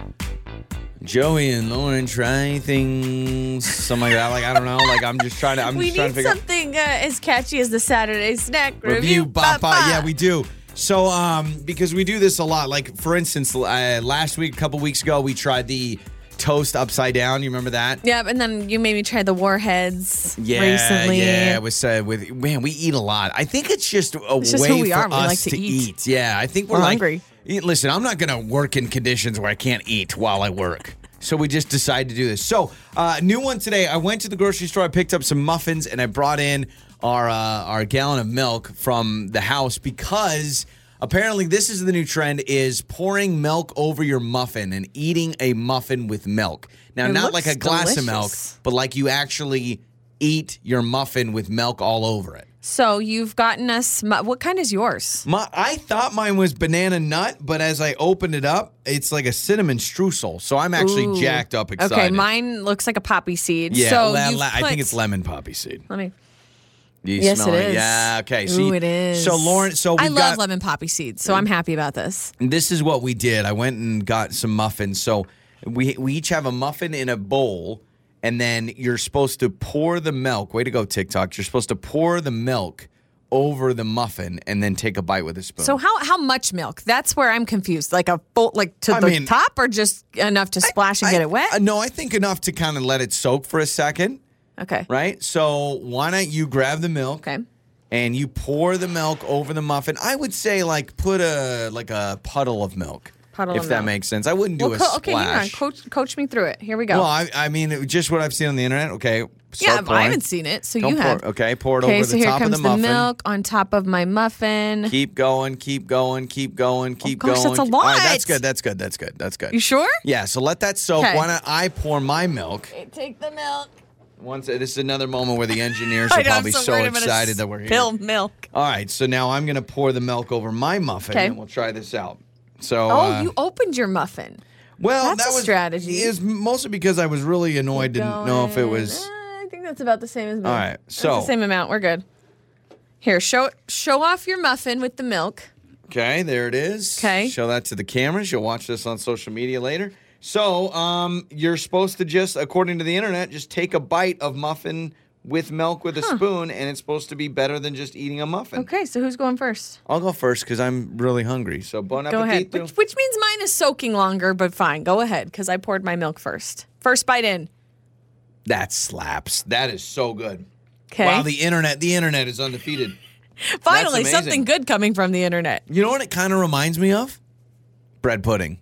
[SPEAKER 2] Joey and Lauren try things, something like that. Like I don't know. Like I'm just trying to. I'm
[SPEAKER 3] we
[SPEAKER 2] just trying to
[SPEAKER 3] need
[SPEAKER 2] figure. out
[SPEAKER 3] something uh, as catchy as the Saturday snack review.
[SPEAKER 2] review
[SPEAKER 3] Ba
[SPEAKER 2] Bop
[SPEAKER 3] ba.
[SPEAKER 2] Yeah, we do. So, um, because we do this a lot. Like, for instance, uh, last week, a couple weeks ago, we tried the toast upside down. You remember that?
[SPEAKER 3] Yep, and then you made me try the warheads
[SPEAKER 2] Yeah,
[SPEAKER 3] recently.
[SPEAKER 2] yeah. It was uh, with man. We eat a lot. I think it's just a
[SPEAKER 3] just
[SPEAKER 2] way
[SPEAKER 3] who we
[SPEAKER 2] for
[SPEAKER 3] are. We
[SPEAKER 2] us
[SPEAKER 3] like to
[SPEAKER 2] to
[SPEAKER 3] eat.
[SPEAKER 2] eat. Yeah, I think we're,
[SPEAKER 3] We're
[SPEAKER 2] like,
[SPEAKER 3] hungry.
[SPEAKER 2] y- Listen, I'm not going to work in conditions where I can't eat while I work. So we just decided to do this. So uh, new one today. I went to the grocery store. I picked up some muffins and I brought in our uh, our gallon of milk from the house because apparently this is the new trend: is pouring milk over your muffin and eating a muffin with milk. Now,
[SPEAKER 3] It
[SPEAKER 2] not
[SPEAKER 3] looks
[SPEAKER 2] like a glass of milk,
[SPEAKER 3] delicious.
[SPEAKER 2] but like you actually eat your muffin with milk all over it.
[SPEAKER 3] So you've gotten us. mu- What kind is yours?
[SPEAKER 2] My, I thought mine was banana nut, but as I opened it up, it's like a cinnamon streusel. So I'm actually
[SPEAKER 3] Ooh.
[SPEAKER 2] jacked up excited.
[SPEAKER 3] Okay, mine looks like a poppy seed.
[SPEAKER 2] Yeah,
[SPEAKER 3] so
[SPEAKER 2] la-
[SPEAKER 3] you've
[SPEAKER 2] la- I
[SPEAKER 3] put-
[SPEAKER 2] think it's lemon poppy seed.
[SPEAKER 3] Let me.
[SPEAKER 2] Do you
[SPEAKER 3] Yes,
[SPEAKER 2] smell
[SPEAKER 3] it
[SPEAKER 2] it?
[SPEAKER 3] is.
[SPEAKER 2] Yeah. Okay. So
[SPEAKER 3] Ooh,
[SPEAKER 2] you-
[SPEAKER 3] it is.
[SPEAKER 2] So Lauren, so we
[SPEAKER 3] I
[SPEAKER 2] got,
[SPEAKER 3] love lemon poppy seeds, so I'm happy about this.
[SPEAKER 2] this is what we did. I went and got some muffins. So we we each have a muffin in a bowl, and then you're supposed to pour the milk. Way to go, TikTok! You're supposed to pour the milk over the muffin and then take a bite with a spoon.
[SPEAKER 3] So how how much milk? That's where I'm confused. Like a full, like to
[SPEAKER 2] I
[SPEAKER 3] the
[SPEAKER 2] mean-
[SPEAKER 3] top, or just enough to splash and
[SPEAKER 2] I-
[SPEAKER 3] get it wet?
[SPEAKER 2] uh, no, I think enough to kind of let it soak for a second,
[SPEAKER 3] okay.
[SPEAKER 2] right? So why don't you grab the milk?
[SPEAKER 3] Okay.
[SPEAKER 2] And you pour the milk over the muffin. I would say like put a like a puddle of milk.
[SPEAKER 3] Puddle
[SPEAKER 2] if
[SPEAKER 3] of
[SPEAKER 2] that
[SPEAKER 3] milk.
[SPEAKER 2] makes sense. I wouldn't do
[SPEAKER 3] Well,
[SPEAKER 2] a
[SPEAKER 3] co-
[SPEAKER 2] splash.
[SPEAKER 3] okay, hang on. Coach, coach me through it. Here we go.
[SPEAKER 2] Well, I, I mean, it- just what I've seen on the internet. Okay.
[SPEAKER 3] Oh. yeah,
[SPEAKER 2] start
[SPEAKER 3] but I
[SPEAKER 2] pouring.
[SPEAKER 3] haven't seen it, so
[SPEAKER 2] Don't
[SPEAKER 3] you
[SPEAKER 2] pour-
[SPEAKER 3] have.
[SPEAKER 2] okay, pour it
[SPEAKER 3] okay,
[SPEAKER 2] over
[SPEAKER 3] so
[SPEAKER 2] the
[SPEAKER 3] here
[SPEAKER 2] top of
[SPEAKER 3] comes
[SPEAKER 2] the muffin.
[SPEAKER 3] milk on top of my muffin.
[SPEAKER 2] Keep going, keep going, keep going, keep
[SPEAKER 3] Oh, gosh,
[SPEAKER 2] going.
[SPEAKER 3] that's a
[SPEAKER 2] All right, that's
[SPEAKER 3] lot.
[SPEAKER 2] good. That's good. That's good. That's good.
[SPEAKER 3] you sure?
[SPEAKER 2] yeah. So let that soak.
[SPEAKER 3] Okay.
[SPEAKER 2] Why don't I pour my milk?
[SPEAKER 3] Take the milk.
[SPEAKER 2] Once this is another moment where the
[SPEAKER 3] (laughs)
[SPEAKER 2] engineers are probably so, excited that we're here.
[SPEAKER 3] Fill milk.
[SPEAKER 2] All right. So now I'm gonna pour the milk over my muffin,
[SPEAKER 3] Okay.
[SPEAKER 2] and we'll try this out. So,
[SPEAKER 3] Oh,
[SPEAKER 2] uh,
[SPEAKER 3] you opened your muffin.
[SPEAKER 2] well,
[SPEAKER 3] that's
[SPEAKER 2] that
[SPEAKER 3] a
[SPEAKER 2] was
[SPEAKER 3] strategy.
[SPEAKER 2] Is mostly because I was really annoyed. Didn't know if it
[SPEAKER 3] Going-
[SPEAKER 2] was.
[SPEAKER 3] Uh, I think that's about the same as me.
[SPEAKER 2] All right,
[SPEAKER 3] That's
[SPEAKER 2] so-
[SPEAKER 3] the same amount. We're good. Here, show show off your muffin with the milk.
[SPEAKER 2] Okay, there it is.
[SPEAKER 3] 'Kay.
[SPEAKER 2] Show that to the cameras. You'll watch this on social media later. So, um, you're supposed to just, according to the internet, just take a bite of muffin with milk with a spoon, and it's supposed to be better than just eating a muffin.
[SPEAKER 3] Okay, so who's going first?
[SPEAKER 2] I'll go first because I'm really hungry. So, bon
[SPEAKER 3] Go
[SPEAKER 2] appetit.
[SPEAKER 3] ahead.
[SPEAKER 2] to-
[SPEAKER 3] Which, which means mine is soaking longer, but fine. Go ahead, because I poured my milk first. First bite in.
[SPEAKER 2] That slaps. That is so good.
[SPEAKER 3] Okay.
[SPEAKER 2] Wow, the internet, the internet is undefeated.
[SPEAKER 3] Finally,
[SPEAKER 2] amazing.
[SPEAKER 3] something good coming from the internet.
[SPEAKER 2] You know what it kind of reminds me of? Bread pudding.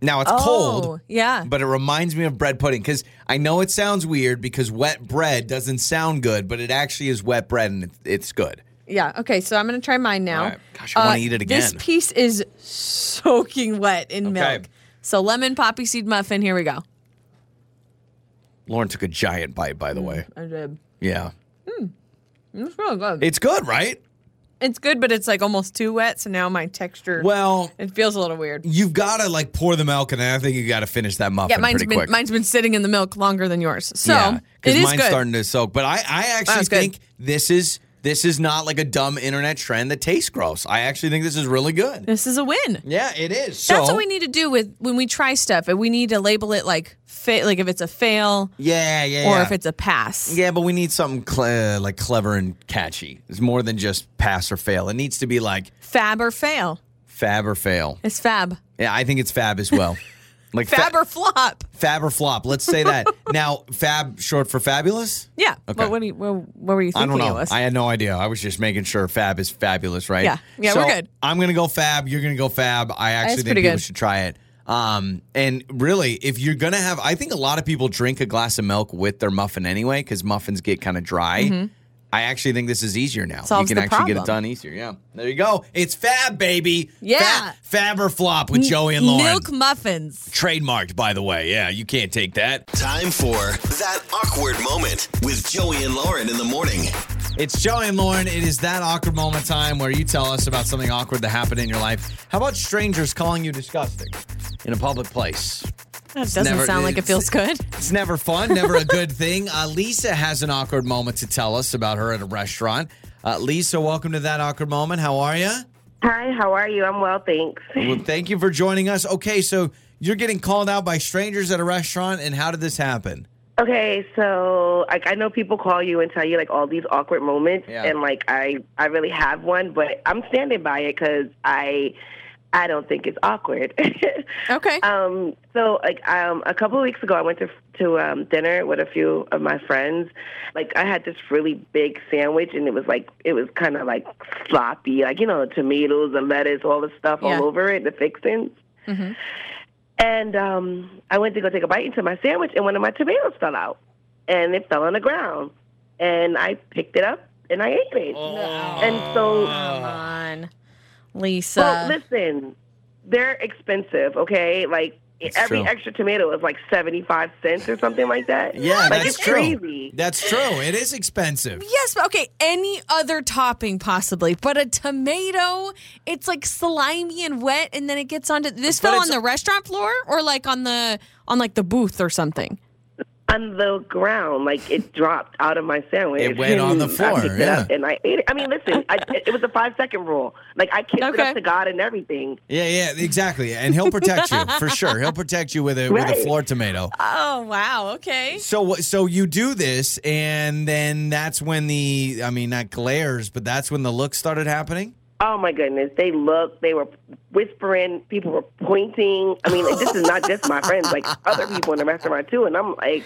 [SPEAKER 2] Now it's
[SPEAKER 3] Oh,
[SPEAKER 2] cold.
[SPEAKER 3] yeah.
[SPEAKER 2] But it reminds me of bread pudding because I know it sounds weird because wet bread doesn't sound good, but it actually is wet bread and it, it's good.
[SPEAKER 3] Yeah. Okay, so I'm gonna try mine now. Uh,
[SPEAKER 2] All right. Gosh, I wanna eat it
[SPEAKER 3] This
[SPEAKER 2] again.
[SPEAKER 3] piece is soaking wet in
[SPEAKER 2] Okay.
[SPEAKER 3] milk. So lemon poppy seed muffin. Here we go.
[SPEAKER 2] Lauren took a giant bite, by the way.
[SPEAKER 3] I did.
[SPEAKER 2] Yeah.
[SPEAKER 3] It's really good.
[SPEAKER 2] It's good, right?
[SPEAKER 3] It's good, but it's like almost too wet. So now my texture,
[SPEAKER 2] Well,
[SPEAKER 3] it feels a little weird.
[SPEAKER 2] you've got to like pour the milk and I think you got to finish that muffin
[SPEAKER 3] Yeah, mine's
[SPEAKER 2] pretty
[SPEAKER 3] been
[SPEAKER 2] quick.
[SPEAKER 3] mine's been sitting in the milk longer than yours. So it
[SPEAKER 2] because
[SPEAKER 3] is
[SPEAKER 2] mine's
[SPEAKER 3] good.
[SPEAKER 2] starting to soak. But I, I actually
[SPEAKER 3] it's good.
[SPEAKER 2] think this is this is not like a dumb internet trend that tastes gross. I actually think this is really good.
[SPEAKER 3] this is a win.
[SPEAKER 2] Yeah, it is. So,
[SPEAKER 3] Mm. That's what we need to do with when we try stuff, and we need to label it like fa- like if it's a fail
[SPEAKER 2] Yeah, yeah,
[SPEAKER 3] or
[SPEAKER 2] yeah.
[SPEAKER 3] if it's a pass.
[SPEAKER 2] yeah, but we need something cle- like clever and catchy. It's more than just pass or fail. It needs to be like
[SPEAKER 3] Fab or fail.
[SPEAKER 2] fab or fail.
[SPEAKER 3] It's fab.
[SPEAKER 2] Yeah, I think it's fab as
[SPEAKER 3] (laughs)
[SPEAKER 2] well. Like fa-
[SPEAKER 3] Fab or flop.
[SPEAKER 2] fab or flop. Let's say
[SPEAKER 3] (laughs)
[SPEAKER 2] that now. Fab short for fabulous.
[SPEAKER 3] Yeah.
[SPEAKER 2] Okay.
[SPEAKER 3] But what, do you, what, what were you
[SPEAKER 2] I
[SPEAKER 3] thinking
[SPEAKER 2] don't
[SPEAKER 3] it
[SPEAKER 2] know.
[SPEAKER 3] was?
[SPEAKER 2] I had no idea. I was just making sure Fab is fabulous, right?
[SPEAKER 3] Yeah. Yeah,
[SPEAKER 2] So
[SPEAKER 3] we're good.
[SPEAKER 2] I'm gonna go Fab. You're gonna go Fab. I actually think
[SPEAKER 3] pretty
[SPEAKER 2] people
[SPEAKER 3] good.
[SPEAKER 2] should try it. Um, and really, if you're gonna have, I think a lot of people drink a glass of milk with their muffin anyway because muffins get kind of dry. I actually think this is easier now.
[SPEAKER 3] Mm-hmm. Solves
[SPEAKER 2] you
[SPEAKER 3] the
[SPEAKER 2] can actually get it
[SPEAKER 3] problem.
[SPEAKER 2] done easier. Yeah. There you go. It's Fab, baby.
[SPEAKER 3] Yeah.
[SPEAKER 2] Fab, fab or flop with Joey and Lauren.
[SPEAKER 3] Milk muffins.
[SPEAKER 2] Trademarked, by the way. Yeah, you can't take that.
[SPEAKER 4] Time for that awkward moment with Joey and Lauren in the morning.
[SPEAKER 2] It's Joey and Lauren. It is that awkward moment time where you tell us about something awkward that happened in your life. How about strangers calling you disgusting in a public place?
[SPEAKER 3] That doesn't
[SPEAKER 2] never-
[SPEAKER 3] sound like it feels (laughs) good.
[SPEAKER 2] It's never fun, never a
[SPEAKER 6] (laughs)
[SPEAKER 2] good thing. Uh, Lisa has an awkward moment to tell us about her at a restaurant. Uh, Lisa, welcome to that awkward moment. How are you?
[SPEAKER 6] Hi, how are you? I'm well, thanks. (laughs)
[SPEAKER 2] Well, thank you for joining us. Okay, so you're getting called out by strangers at a restaurant, and how did this happen?
[SPEAKER 6] Okay, so like I know people call you and tell you like all these awkward moments,
[SPEAKER 2] Yeah.
[SPEAKER 6] and like I I really have one, but I'm standing by it because I I don't think it's awkward. (laughs)
[SPEAKER 3] Okay.
[SPEAKER 6] um, so like um, a couple of weeks ago, I went to to um, dinner with a few of my friends. Like I had this really big sandwich, and it was like it was kind of like floppy, like you know tomatoes, the lettuce, all the stuff
[SPEAKER 3] Yeah.
[SPEAKER 6] all over it, the fixings.
[SPEAKER 3] Mhm.
[SPEAKER 6] And um, I went to go take a bite into my sandwich, and one of my tomatoes fell out, and it fell on the ground. And I picked it up and I ate it. And so
[SPEAKER 3] Come on, Lisa.
[SPEAKER 2] uh,
[SPEAKER 6] well, listen, they're expensive, okay? Like
[SPEAKER 2] That's
[SPEAKER 6] every
[SPEAKER 2] true.
[SPEAKER 6] extra tomato is like seventy-five cents or something like that.
[SPEAKER 2] Yeah,
[SPEAKER 6] like
[SPEAKER 2] that's
[SPEAKER 6] it's
[SPEAKER 2] true.
[SPEAKER 6] crazy.
[SPEAKER 2] That's true. It is expensive.
[SPEAKER 3] Yes, but okay, any other topping possibly, but a tomato, it's like slimy and wet and then it gets onto this
[SPEAKER 2] But
[SPEAKER 3] fell on
[SPEAKER 2] it's-
[SPEAKER 3] the restaurant floor or like on the on like the booth or something.
[SPEAKER 6] On the ground, like it dropped out of my sandwich.
[SPEAKER 2] It went on the
[SPEAKER 6] And
[SPEAKER 2] floor,
[SPEAKER 6] (laughs) I picked it
[SPEAKER 2] yeah.
[SPEAKER 6] up and I ate it. I mean, listen, I, it was a five-second rule. Like I kissed it
[SPEAKER 3] Okay.
[SPEAKER 6] up to God and everything.
[SPEAKER 2] Yeah, yeah, exactly. And he'll protect you for sure. He'll protect you with a with a
[SPEAKER 6] Right.
[SPEAKER 2] floor tomato.
[SPEAKER 3] Oh wow, okay.
[SPEAKER 2] So what- so you do this, and then that's when the I mean not glares, but that's when the look started happening.
[SPEAKER 6] Oh my goodness! They looked. They were whispering. People were pointing. I mean, like, this is not just my friends. Like other people in the restaurant too. And I'm like,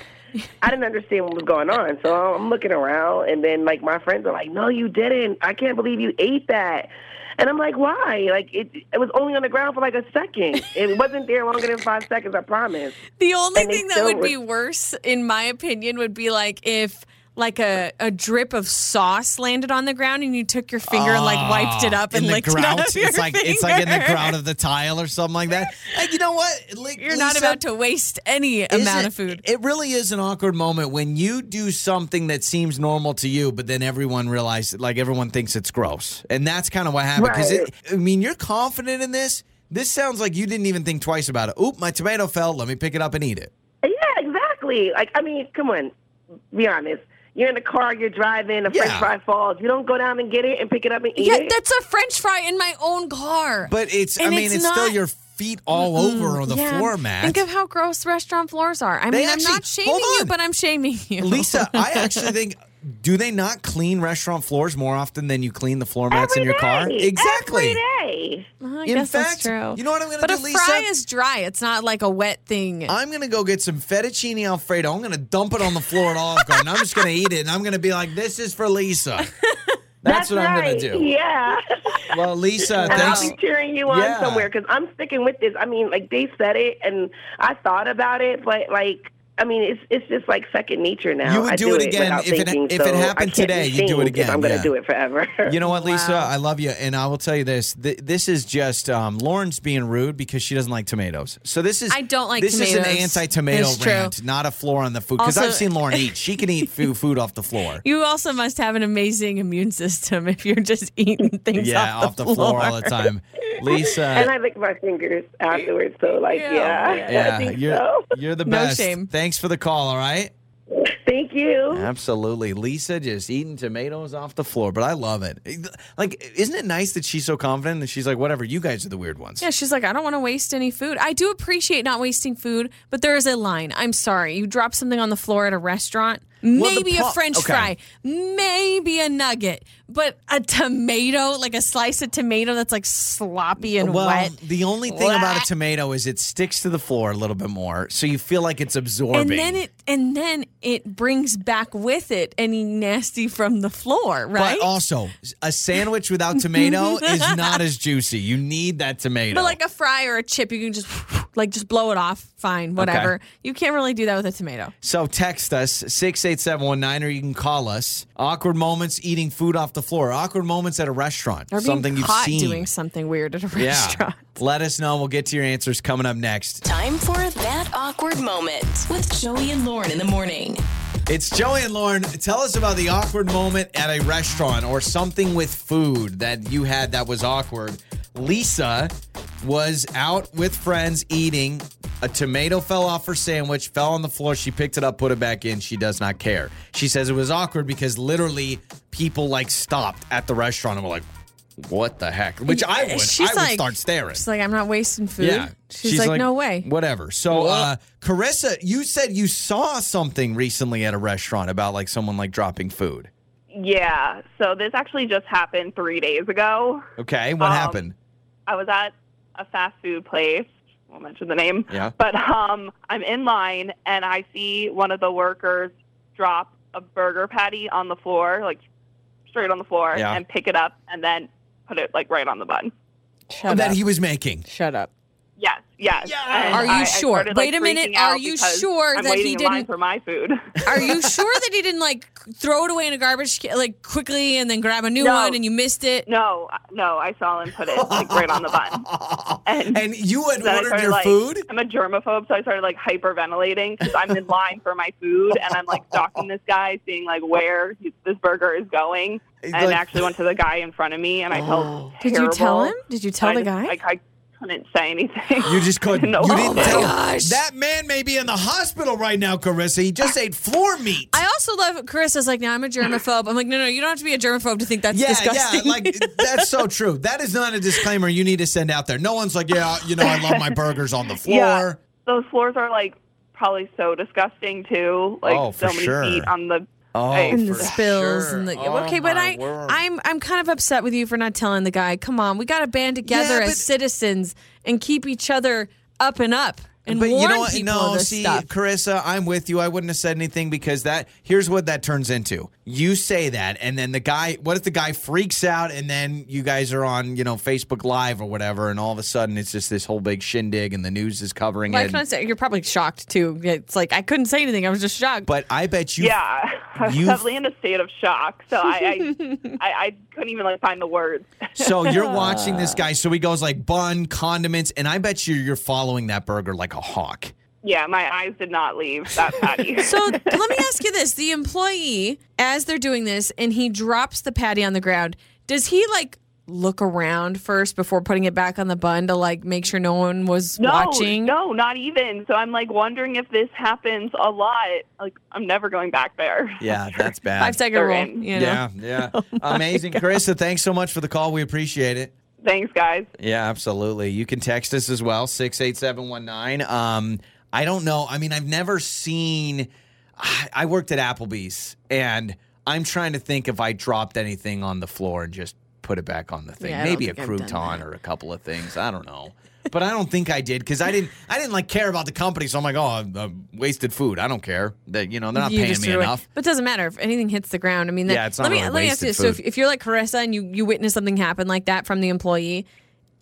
[SPEAKER 6] I didn't understand what was going on. So I'm looking around, and then like my friends are like, "No, you didn't. I can't believe you ate that." And I'm like, "Why? Like it? It was only on the ground for like a second. It wasn't there longer than five seconds. I promise."
[SPEAKER 3] The only
[SPEAKER 6] And they
[SPEAKER 3] thing that
[SPEAKER 6] still
[SPEAKER 3] would
[SPEAKER 6] were-
[SPEAKER 3] be worse in my opinion would be like if like a, a drip of sauce landed on the ground and you took your finger and like wiped it up
[SPEAKER 2] Ah, in
[SPEAKER 3] and
[SPEAKER 2] the
[SPEAKER 3] licked
[SPEAKER 2] grout.
[SPEAKER 3] it out of your
[SPEAKER 2] it's like it's like in the
[SPEAKER 3] finger.
[SPEAKER 2] grout of the tile or something like that. And you know what? Like,
[SPEAKER 3] (laughs) You're not
[SPEAKER 2] Lisa,
[SPEAKER 3] about to waste any amount
[SPEAKER 2] isn't-
[SPEAKER 3] of food.
[SPEAKER 2] It really is an awkward moment when you do something that seems normal to you, but then everyone realizes, like everyone thinks it's gross, and that's kind of what happened. Because
[SPEAKER 6] Right.
[SPEAKER 2] I mean, you're confident in this. This sounds like you didn't even think twice about it. Oop, my tomato fell. Let me pick it up and eat it.
[SPEAKER 6] Yeah, exactly. Like I mean, come on. Be honest. You're in the car. You're driving. A
[SPEAKER 2] Yeah.
[SPEAKER 6] French fry falls. You don't go down and get it and pick it up and eat
[SPEAKER 3] Yeah,
[SPEAKER 6] it.
[SPEAKER 3] that's a french fry in my own car.
[SPEAKER 2] But it's, I
[SPEAKER 3] And
[SPEAKER 2] mean, it's,
[SPEAKER 3] it's
[SPEAKER 2] still
[SPEAKER 3] not-
[SPEAKER 2] your feet all over on the floor, Matt.
[SPEAKER 3] Think of how gross restaurant floors are. I
[SPEAKER 2] They
[SPEAKER 3] mean,
[SPEAKER 2] actually-
[SPEAKER 3] I'm not shaming
[SPEAKER 2] hold
[SPEAKER 3] you,
[SPEAKER 2] on.
[SPEAKER 3] but I'm shaming you.
[SPEAKER 2] Lisa, I actually think do they not clean restaurant floors more often than you clean the floor mats
[SPEAKER 6] Every
[SPEAKER 2] in your car?
[SPEAKER 6] day.
[SPEAKER 2] Exactly.
[SPEAKER 6] Every day.
[SPEAKER 3] I
[SPEAKER 2] In
[SPEAKER 3] guess
[SPEAKER 2] fact,
[SPEAKER 3] that's true.
[SPEAKER 2] you know what I'm gonna
[SPEAKER 3] but
[SPEAKER 2] do,
[SPEAKER 3] a
[SPEAKER 2] Lisa?
[SPEAKER 3] fry is dry. It's not like a wet thing.
[SPEAKER 2] I'm gonna go get some fettuccine alfredo. I'm gonna dump it on the floor at Olive Garden. I'm just gonna eat it, and I'm gonna be like, "This is for Lisa."
[SPEAKER 3] (laughs)
[SPEAKER 2] That's, what I'm
[SPEAKER 6] right.
[SPEAKER 2] gonna do.
[SPEAKER 6] Yeah.
[SPEAKER 2] Well, Lisa,
[SPEAKER 6] And
[SPEAKER 2] thanks.
[SPEAKER 6] I'll be cheering you on
[SPEAKER 2] Yeah.
[SPEAKER 6] somewhere because I'm sticking with this. I mean, like they said it, and I thought about it, but like, I mean, it's it's just like second nature now.
[SPEAKER 2] You would
[SPEAKER 6] I
[SPEAKER 2] do it again
[SPEAKER 6] without
[SPEAKER 2] if it-
[SPEAKER 6] thinking,
[SPEAKER 2] if it
[SPEAKER 6] so I
[SPEAKER 2] happened
[SPEAKER 6] can't be
[SPEAKER 2] today, you'd do it
[SPEAKER 6] shamed if
[SPEAKER 2] again,
[SPEAKER 6] I'm gonna
[SPEAKER 2] yeah.
[SPEAKER 6] do it forever.
[SPEAKER 2] You know what, Lisa? I love you, and I will tell you this: th- this is just um, Lauren's being rude because she doesn't like tomatoes. So this is
[SPEAKER 3] I don't like
[SPEAKER 2] this is an
[SPEAKER 3] tomatoes.
[SPEAKER 2] anti-tomato
[SPEAKER 3] It's true.
[SPEAKER 2] rant, not a floor on the food. Because
[SPEAKER 3] Also-
[SPEAKER 2] I've seen Lauren eat; she can
[SPEAKER 3] (laughs)
[SPEAKER 2] eat food food off the floor.
[SPEAKER 3] you also must have an amazing immune system if you're just eating (laughs) things
[SPEAKER 2] yeah,
[SPEAKER 3] off the, floor.
[SPEAKER 2] all the time, Lisa.
[SPEAKER 6] (laughs) and I lick my fingers afterwards, so like,
[SPEAKER 3] Yeah.
[SPEAKER 6] yeah, (laughs) I
[SPEAKER 2] yeah,
[SPEAKER 6] think
[SPEAKER 2] you're
[SPEAKER 6] so.
[SPEAKER 2] you're the
[SPEAKER 3] No
[SPEAKER 2] best.
[SPEAKER 3] shame.
[SPEAKER 2] Thanks for the call. All right.
[SPEAKER 6] Thank you.
[SPEAKER 2] Absolutely. Lisa just eating tomatoes off the floor, but I love it. Eh, Like, isn't it nice that she's so confident that she's like, whatever, you guys are the weird ones?
[SPEAKER 3] Yeah, she's like, I don't want to waste any food. I do appreciate not wasting food, but there is a line. I'm sorry. You drop something on the floor at a restaurant,
[SPEAKER 2] the
[SPEAKER 3] maybe
[SPEAKER 2] pro-
[SPEAKER 3] a french
[SPEAKER 2] okay.
[SPEAKER 3] fry, maybe a nugget, but a tomato, like a slice of tomato that's like sloppy and
[SPEAKER 2] Well,
[SPEAKER 3] wet.
[SPEAKER 2] the only thing about a tomato is it sticks to the floor a little bit more, so you feel like it's absorbing.
[SPEAKER 3] And then it and then it brings back with it any nasty from the floor, right?
[SPEAKER 2] But also, a sandwich without
[SPEAKER 3] (laughs)
[SPEAKER 2] tomato is not as juicy. You need that tomato.
[SPEAKER 3] But like uh a fry or a chip, you can just (laughs) like just blow it off, fine, whatever. You can't really do that with a tomato.
[SPEAKER 2] So text us 68719 or you can call us. Awkward moments eating food off the floor. Awkward moments at a restaurant.
[SPEAKER 3] Or being
[SPEAKER 2] something you've
[SPEAKER 3] caught
[SPEAKER 2] seen.
[SPEAKER 3] doing something weird at a
[SPEAKER 2] yeah.
[SPEAKER 3] restaurant.
[SPEAKER 2] Let us know. We'll get to your answers coming up next.
[SPEAKER 1] Time for that awkward moment with Joey and Lauren in the morning.
[SPEAKER 2] It's Joey and Lauren. Tell us about the awkward moment at a restaurant or something with food that you had that was awkward. Lisa was out with friends eating. A tomato fell off her sandwich, fell on the floor. She picked it up, put it back in. She does not care. She says it was awkward because literally people like stopped at the restaurant and were like, what the heck? Which I would. I would start staring.
[SPEAKER 3] She's like, I'm not wasting food.
[SPEAKER 2] Yeah.
[SPEAKER 3] She's, like, no way.
[SPEAKER 2] (laughs) Whatever. So, uh, Carissa, you said you saw something recently at a restaurant about like someone like dropping food.
[SPEAKER 6] Yeah. So this actually just happened three days ago.
[SPEAKER 2] Okay. What
[SPEAKER 6] Um,
[SPEAKER 2] happened?
[SPEAKER 6] I was at a fast food place. Won't mention the name.
[SPEAKER 2] Yeah.
[SPEAKER 6] But um, I'm in line and I see one of the workers drop a burger patty on the floor, like straight on the floor,
[SPEAKER 2] Yeah.
[SPEAKER 6] and pick it up and then put it like right on the bun.
[SPEAKER 3] Shut
[SPEAKER 2] that
[SPEAKER 3] up.
[SPEAKER 2] he was making.
[SPEAKER 3] Shut up.
[SPEAKER 6] Yes. Yes. And
[SPEAKER 3] Are you
[SPEAKER 6] I- I
[SPEAKER 3] sure?
[SPEAKER 6] started, like,
[SPEAKER 3] Wait a minute,
[SPEAKER 6] freaking out
[SPEAKER 3] are you
[SPEAKER 6] because
[SPEAKER 3] sure
[SPEAKER 6] I'm
[SPEAKER 3] that he
[SPEAKER 6] waiting in line
[SPEAKER 3] didn't-
[SPEAKER 6] for my food? (laughs)
[SPEAKER 3] Are you sure that he didn't like throw it away in a garbage can, like quickly and then grab a new
[SPEAKER 6] No.
[SPEAKER 3] one and you missed it?
[SPEAKER 6] no. No. I saw him put it like right on
[SPEAKER 2] (laughs)
[SPEAKER 6] the bun. And,
[SPEAKER 2] (laughs) And you had
[SPEAKER 6] then I
[SPEAKER 2] ordered
[SPEAKER 6] started,
[SPEAKER 2] your
[SPEAKER 6] like-
[SPEAKER 2] food?
[SPEAKER 6] I'm a germaphobe, so I started like hyperventilating because I'm in line for my food and I'm like stalking this guy, seeing like where he- this burger is going.
[SPEAKER 2] He's
[SPEAKER 6] And I
[SPEAKER 2] like- Oh.
[SPEAKER 6] actually went to the guy in front of me, and I felt
[SPEAKER 3] Did
[SPEAKER 6] terrible.
[SPEAKER 3] you tell him? Did you tell
[SPEAKER 6] And I
[SPEAKER 3] the
[SPEAKER 6] just,
[SPEAKER 3] guy?
[SPEAKER 6] Like I couldn't say anything.
[SPEAKER 2] You
[SPEAKER 3] (laughs)
[SPEAKER 6] (laughs)
[SPEAKER 2] just couldn't.
[SPEAKER 6] No.
[SPEAKER 2] You didn't
[SPEAKER 6] Oh
[SPEAKER 2] tell.
[SPEAKER 3] my gosh.
[SPEAKER 2] That man may be in the hospital right now, Carissa. He just ate floor meat.
[SPEAKER 3] I also love Carissa's like, no, I'm a germaphobe. I'm like, no, no, you don't have to be a germaphobe to think that's
[SPEAKER 2] yeah,
[SPEAKER 3] disgusting.
[SPEAKER 2] yeah, like that's so true. That is not a disclaimer you need to send out there. No one's like, yeah, you know, I love my burgers
[SPEAKER 3] (laughs)
[SPEAKER 2] on the floor.
[SPEAKER 6] Yeah. Those floors are like probably so disgusting too. Like
[SPEAKER 2] Oh, for
[SPEAKER 6] so many
[SPEAKER 2] sure.
[SPEAKER 6] feet on the.
[SPEAKER 2] Oh,
[SPEAKER 3] and the
[SPEAKER 2] for
[SPEAKER 3] spills
[SPEAKER 2] sure.
[SPEAKER 3] and the
[SPEAKER 2] Oh,
[SPEAKER 3] okay, but
[SPEAKER 2] my
[SPEAKER 3] I
[SPEAKER 2] word.
[SPEAKER 3] I'm I'm kind of upset with you for not telling the guy. Come on, we got to band together
[SPEAKER 2] Yeah, but-
[SPEAKER 3] as citizens and keep each other up and up and warn
[SPEAKER 2] what?
[SPEAKER 3] people
[SPEAKER 2] No,
[SPEAKER 3] of this
[SPEAKER 2] see,
[SPEAKER 3] stuff.
[SPEAKER 2] Carissa, I'm with you. I wouldn't have said anything because that. Here's what that turns into. You say that, and then the guy. What if the guy freaks out, and then you guys are on, you know, Facebook Live or whatever, and all of a sudden it's just this whole big shindig, and the news is covering
[SPEAKER 3] Well, I
[SPEAKER 2] it.
[SPEAKER 3] can say you're probably shocked too. It's like I couldn't say anything. I was just shocked.
[SPEAKER 2] but I bet you.
[SPEAKER 6] Yeah, (laughs) I was
[SPEAKER 2] you've-
[SPEAKER 6] definitely in a state of shock, so I
[SPEAKER 3] (laughs)
[SPEAKER 6] I, I, I couldn't even like find the words.
[SPEAKER 2] (laughs) So you're watching this guy. So he goes like bun, condiments, and I bet you you're following that burger like a hawk.
[SPEAKER 6] Yeah, my eyes did not leave
[SPEAKER 3] (laughs)
[SPEAKER 6] that patty.
[SPEAKER 3] So let me ask you this: the employee, as they're doing this, and he drops the patty on the ground, does he like look around first before putting it back on the bun to like make sure no one was
[SPEAKER 6] (laughs) no,
[SPEAKER 3] watching?
[SPEAKER 6] No, not even. So I'm like wondering if this happens a lot. Like I'm never going back there.
[SPEAKER 2] Yeah,
[SPEAKER 3] (laughs)
[SPEAKER 2] that's bad.
[SPEAKER 3] Five second rule.
[SPEAKER 6] Certain.
[SPEAKER 3] You know? Oh
[SPEAKER 2] yeah,
[SPEAKER 3] (laughs)
[SPEAKER 2] yeah. Amazing. Carissa, thanks so much for the call. We appreciate it.
[SPEAKER 6] Thanks, guys.
[SPEAKER 2] Yeah, absolutely. You can text us as well, 68719. Um, I don't know. I mean, I've never seen. I I worked at Applebee's, and I'm trying to think if I dropped anything on the floor and just put it back on the thing.
[SPEAKER 3] Yeah, I don't
[SPEAKER 2] Maybe a
[SPEAKER 3] think I've done
[SPEAKER 2] crouton
[SPEAKER 3] that.
[SPEAKER 2] or a couple of things. I don't know. But I don't think I did because I didn't. I didn't like care about the company, so I'm like, oh, I, I wasted food. I don't care that you know they're not
[SPEAKER 3] You
[SPEAKER 2] paying
[SPEAKER 3] just
[SPEAKER 2] me
[SPEAKER 3] threw it away.
[SPEAKER 2] enough.
[SPEAKER 3] But it doesn't matter if anything hits the ground. I mean,
[SPEAKER 2] Yeah,
[SPEAKER 3] that-
[SPEAKER 2] it's not
[SPEAKER 3] let me
[SPEAKER 2] really
[SPEAKER 3] let me ask you this:
[SPEAKER 2] wasted
[SPEAKER 3] so if,
[SPEAKER 2] food.
[SPEAKER 3] if you're like Carissa and you you witness something happen like that from the employee,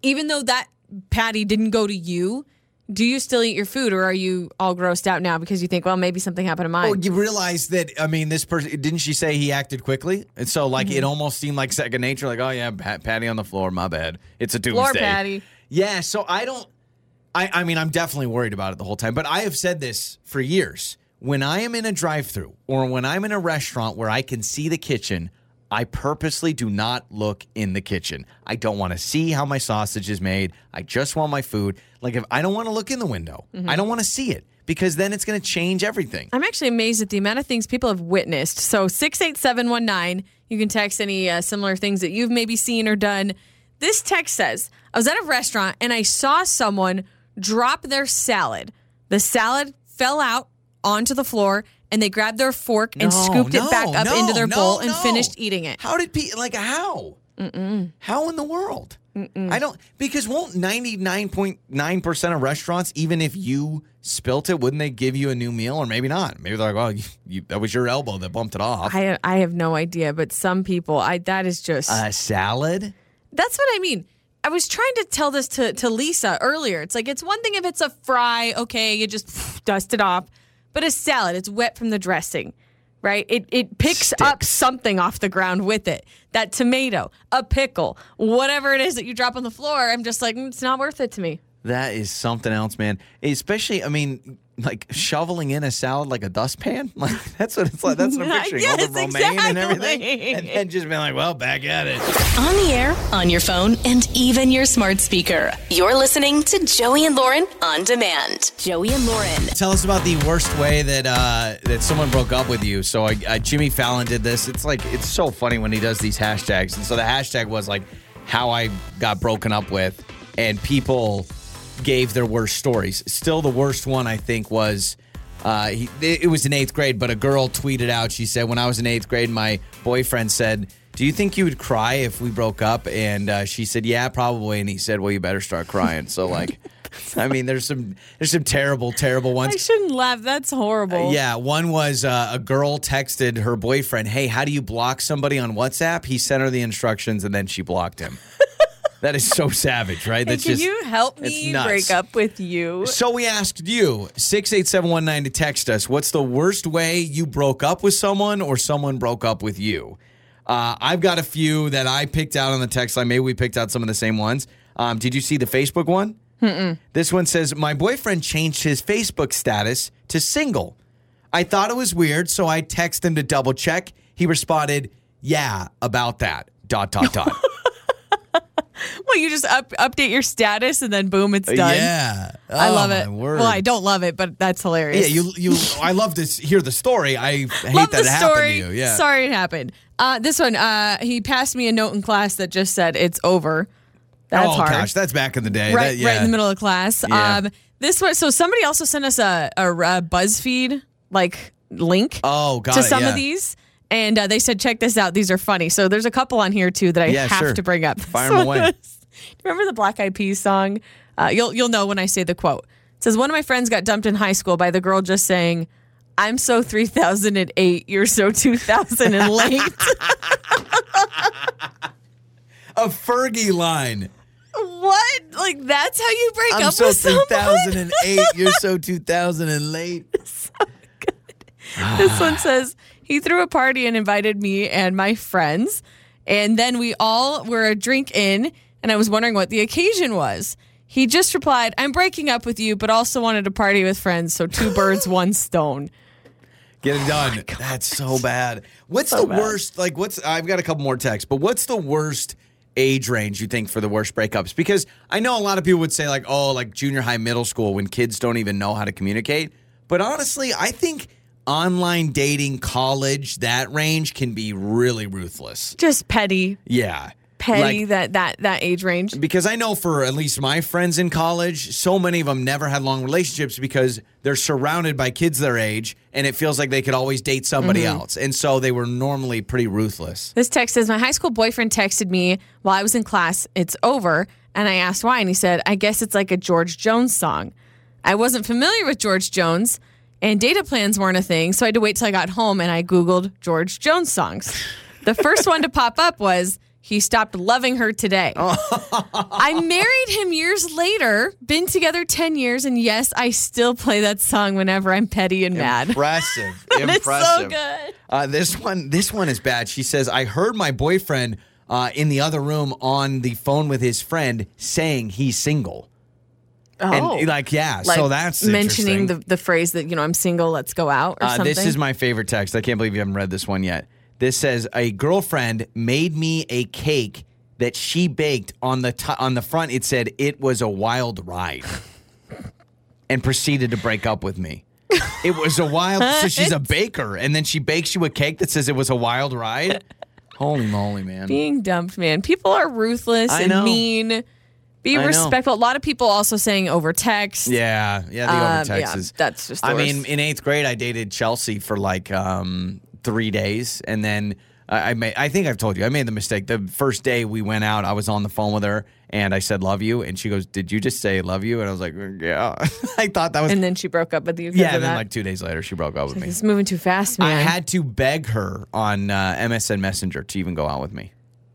[SPEAKER 3] even though that patty didn't go to you, do you still eat your food, or are you all grossed out now because you think, well, maybe something happened to mine?
[SPEAKER 2] Well, Oh, you realize that I mean, this person didn't she say he acted quickly, and so like
[SPEAKER 3] Mm-hmm.
[SPEAKER 2] it almost seemed like second nature. Like, oh yeah, pat, patty on the floor. My bad. It's a Tuesday.
[SPEAKER 3] Floor patty.
[SPEAKER 2] Yeah. So I don't. I I mean, I'm definitely worried about it the whole time. But I have said this for years. When I am in a drive-through or when I'm in a restaurant where I can see the kitchen, I purposely do not look in the kitchen. I don't want to see how my sausage is made. I just want my food. Like if I don't want to look in the window,
[SPEAKER 3] Mm-hmm.
[SPEAKER 2] I don't want to see it because then it's going to change everything.
[SPEAKER 3] I'm actually amazed at the amount of things people have witnessed. So 68719, you can text any uh, similar things that you've maybe seen or done. This text says, I was at a restaurant and I saw someone drop their salad. The salad fell out onto the floor and they grabbed their fork and
[SPEAKER 2] No,
[SPEAKER 3] scooped
[SPEAKER 2] no,
[SPEAKER 3] it back up
[SPEAKER 2] no,
[SPEAKER 3] into their
[SPEAKER 2] no,
[SPEAKER 3] bowl and
[SPEAKER 2] no.
[SPEAKER 3] finished eating it.
[SPEAKER 2] How did people like how? How in the world? I don't because won't ninety nine point nine percent of restaurants, even if you spilt it, wouldn't they give you a new meal or maybe not? Maybe they're like, well, you, you, that was your elbow that bumped it off.
[SPEAKER 3] I, I have no idea, but some people, I that is just.
[SPEAKER 2] A salad.
[SPEAKER 3] That's what I mean. I was trying to tell this to, to Lisa earlier. It's like, it's one thing if it's a fry, okay, you just (laughs) dust it off. But a salad, it's wet from the dressing, right? It, it picks up something off the ground with it. That tomato, a pickle, whatever it is that you drop on the floor. I'm just like, "Mm, it's not worth it to me.
[SPEAKER 2] That is something else, man. Especially, I mean, like shoveling in a salad like a dustpan. (laughs) Like that's what it's like. That's
[SPEAKER 3] (laughs)
[SPEAKER 2] what I'm picturing. All the
[SPEAKER 3] Yes,
[SPEAKER 2] romaine and everything,
[SPEAKER 3] exactly.
[SPEAKER 2] and then just being like, "Well, back at it."
[SPEAKER 1] On the air, on your phone, and even your smart speaker. You're listening to Joey and Lauren on demand. Joey and Lauren.
[SPEAKER 2] Tell us about the worst way that uh, that someone broke up with you. So I, I, Jimmy Fallon did this. It's like it's so funny when he does these hashtags. And so the hashtag was like how I got broken up with, and people gave their worst stories. Still, the worst one I think was. Uh, he, it was in eighth grade, but a girl tweeted out. She said, "When I was in eighth grade, my boyfriend said." Do you think you would cry if we broke up? And uh, she said, "Yeah, probably." And he said, "Well, you better start crying." So, like, (laughs) I mean, there's some there's some terrible, terrible ones.
[SPEAKER 3] I shouldn't laugh. That's horrible.
[SPEAKER 2] Yeah, one was uh, a girl texted her boyfriend, "Hey, how do you block somebody on WhatsApp?" He sent her the instructions, and then she blocked
[SPEAKER 3] (laughs)
[SPEAKER 2] him. that is so savage, right?
[SPEAKER 3] Hey,
[SPEAKER 2] That's
[SPEAKER 3] can
[SPEAKER 2] just-
[SPEAKER 3] you help
[SPEAKER 2] it's
[SPEAKER 3] me
[SPEAKER 2] nuts.
[SPEAKER 3] break up with you?
[SPEAKER 2] So we asked you six eight seven one nine to text us. What's the worst way you broke up with someone, or someone broke up with you? Uh, I've got a few that I picked out on the text line. Maybe we picked out some of the same ones. Um, did you see the Facebook one? This one says, My boyfriend changed his Facebook status to single. I thought it was weird, so I texted him to double check. He responded, Yeah, about that. Dot, dot, dot.
[SPEAKER 3] Well, you just up, update your status and then boom, it's (laughs) done.
[SPEAKER 2] Uh, Yeah.
[SPEAKER 3] I
[SPEAKER 2] Oh,
[SPEAKER 3] love
[SPEAKER 2] my
[SPEAKER 3] it.
[SPEAKER 2] word.
[SPEAKER 3] Well, I don't love it, but that's hilarious.
[SPEAKER 2] Yeah, you, you, I love to s- hear the story. I hate
[SPEAKER 3] love
[SPEAKER 2] that
[SPEAKER 3] the
[SPEAKER 2] it
[SPEAKER 3] story.
[SPEAKER 2] happened to you. Yeah.
[SPEAKER 3] Sorry it happened. Uh, this one, uh, he passed me a note in class that just said it's over. That's
[SPEAKER 2] oh,
[SPEAKER 3] hard.
[SPEAKER 2] gosh, that's back in the day.
[SPEAKER 3] right,
[SPEAKER 2] That- yeah.
[SPEAKER 3] right in the middle of class.
[SPEAKER 2] Yeah.
[SPEAKER 3] Um, this one. So somebody also sent us a, a, uh BuzzFeed like link
[SPEAKER 2] Oh, got
[SPEAKER 3] to
[SPEAKER 2] it,
[SPEAKER 3] some
[SPEAKER 2] yeah.
[SPEAKER 3] of these, and uh, they said check this out. These are funny. So there's a couple on here too that I
[SPEAKER 2] Yeah,
[SPEAKER 3] have
[SPEAKER 2] sure.
[SPEAKER 3] to bring up. (laughs)
[SPEAKER 2] Fire
[SPEAKER 3] This
[SPEAKER 2] 'em
[SPEAKER 3] one
[SPEAKER 2] away.
[SPEAKER 3] was- Remember the Black Eyed Peas song? Uh, you'll you'll know when I say the quote. It says one of my friends got dumped in high school by the girl just saying. I'm so 3008, you're so 2000 and
[SPEAKER 2] (laughs)
[SPEAKER 3] late.
[SPEAKER 2] A Fergie line.
[SPEAKER 3] what? Like, that's how you break
[SPEAKER 2] I'm
[SPEAKER 3] up
[SPEAKER 2] so
[SPEAKER 3] with someone?
[SPEAKER 2] 2008. You're so 2000 and late.
[SPEAKER 3] (laughs) This one says he threw a party and invited me and my friends, and then we all were a drink in, and I was wondering what the occasion was. He just replied, "I'm breaking up with you, but also wanted to party with friends, so two
[SPEAKER 2] (laughs)
[SPEAKER 3] birds, one stone."
[SPEAKER 2] Get it done. That's Oh so bad. What's the worst? Like, what's? I've got a couple more texts, but what's the worst age range you think for the worst breakups? Because I know a lot of people would say like, oh, like junior high, middle school, when kids don't even know how to communicate. But honestly, I think online dating, college, that range can be really ruthless.
[SPEAKER 3] Just petty,
[SPEAKER 2] Yeah,
[SPEAKER 3] petty
[SPEAKER 2] Like,
[SPEAKER 3] that that that age range.
[SPEAKER 2] because I know for at least my friends in college, so many of them never had long relationships because they're surrounded by kids their age and it feels like they could always date somebody
[SPEAKER 3] Mm-hmm.
[SPEAKER 2] else. And so they were normally pretty
[SPEAKER 3] (laughs)
[SPEAKER 2] ruthless.
[SPEAKER 3] This text says my high school boyfriend texted me while I was in class. It's over, and I asked why, and he said, "I guess it's like a George Jones song." I wasn't familiar with George Jones, and data plans weren't a thing, so I had to wait till I got home and I googled George Jones songs. The first one to pop up was "He Stopped Loving Her Today." (laughs) I married him years later, been together ten years, and yes, I still play that song whenever I'm petty and
[SPEAKER 2] (laughs)
[SPEAKER 3] mad. (laughs)
[SPEAKER 2] Impressive.
[SPEAKER 3] It's so good.
[SPEAKER 2] Uh, this one, this one is bad. She says, "I heard my boyfriend uh, in the other room on the phone with his friend saying he's single."
[SPEAKER 3] Oh.
[SPEAKER 2] And like, yeah.
[SPEAKER 3] like
[SPEAKER 2] so that's
[SPEAKER 3] mentioning
[SPEAKER 2] interesting.
[SPEAKER 3] the, the phrase that you know I'm single, let's go out or
[SPEAKER 2] Uh,
[SPEAKER 3] something.
[SPEAKER 2] this is my favorite text. I can't believe you haven't read this one yet. This says a girlfriend made me a cake that she baked on the t- on the front. It said it was a wild ride, (laughs) and proceeded to break up with me. It was a
[SPEAKER 3] (laughs)
[SPEAKER 2] wild. so she's a baker, and then she bakes you a cake that says it was a wild ride. Holy moly, man!
[SPEAKER 3] being dumped, man. People are ruthless
[SPEAKER 2] I
[SPEAKER 3] and
[SPEAKER 2] know.
[SPEAKER 3] mean. Be
[SPEAKER 2] I know.
[SPEAKER 3] respectful. A lot of people also saying over text.
[SPEAKER 2] Yeah, yeah, the
[SPEAKER 3] Um,
[SPEAKER 2] over text
[SPEAKER 3] yeah,
[SPEAKER 2] is-
[SPEAKER 3] that's just the
[SPEAKER 2] I mean,
[SPEAKER 3] worst.
[SPEAKER 2] in eighth grade, I dated Chelsea for like um, three days, and then I, I made. I think I've told you I made the mistake. The first day we went out, I was on the phone with her, and I said "love you," and she goes, "Did you just say love you?" And I was like, "Mm, "Yeah." (laughs) I thought that was
[SPEAKER 3] And then she broke up with you. 'cause
[SPEAKER 2] yeah.
[SPEAKER 3] of
[SPEAKER 2] And then
[SPEAKER 3] that.
[SPEAKER 2] like two days later, she broke up with me.
[SPEAKER 3] it's moving too fast,
[SPEAKER 2] I
[SPEAKER 3] man.
[SPEAKER 2] had to beg her on uh, MSN Messenger to even go out with me.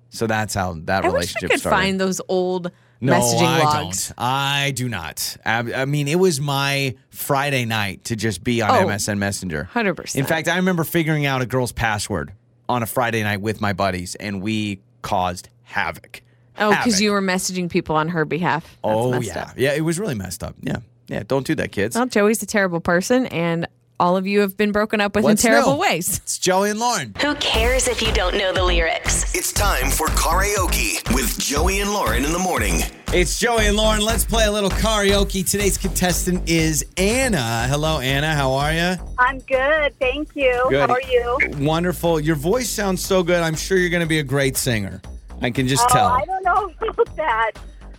[SPEAKER 2] So that's how that
[SPEAKER 3] I wish I
[SPEAKER 2] relationship
[SPEAKER 3] could
[SPEAKER 2] started.
[SPEAKER 3] find those old
[SPEAKER 2] No,
[SPEAKER 3] messaging
[SPEAKER 2] I
[SPEAKER 3] logs.
[SPEAKER 2] don't. I do not. I, I mean, it was my Friday night to just be on
[SPEAKER 3] Oh,
[SPEAKER 2] MSN Messenger.
[SPEAKER 3] 100%.
[SPEAKER 2] In fact, I remember figuring out a girl's password on a Friday night with my buddies, and we caused havoc.
[SPEAKER 3] Oh, because
[SPEAKER 2] Havoc.
[SPEAKER 3] you were messaging people on her behalf. That's
[SPEAKER 2] Oh
[SPEAKER 3] messed
[SPEAKER 2] yeah,
[SPEAKER 3] up.
[SPEAKER 2] yeah. It was really messed up. Yeah. Yeah, don't do that, kids.
[SPEAKER 3] Well, Joey's a terrible person, and all of you have been broken up with
[SPEAKER 2] What's
[SPEAKER 3] in terrible
[SPEAKER 2] new?
[SPEAKER 3] ways.
[SPEAKER 2] It's Joey and Lauren.
[SPEAKER 1] Who cares if you don't know the lyrics?
[SPEAKER 4] It's time for karaoke with Joey and Lauren in the morning.
[SPEAKER 2] It's Joey and Lauren. Let's play a little karaoke. Today's contestant is Anna. Hello, Anna. How are you?
[SPEAKER 8] I'm good, thank you.
[SPEAKER 2] Good.
[SPEAKER 8] How are you?
[SPEAKER 2] Wonderful. Your voice sounds so good. I'm sure you're going to be a great singer. I can just
[SPEAKER 8] Oh,
[SPEAKER 2] tell.
[SPEAKER 8] I don't know (laughs) about that.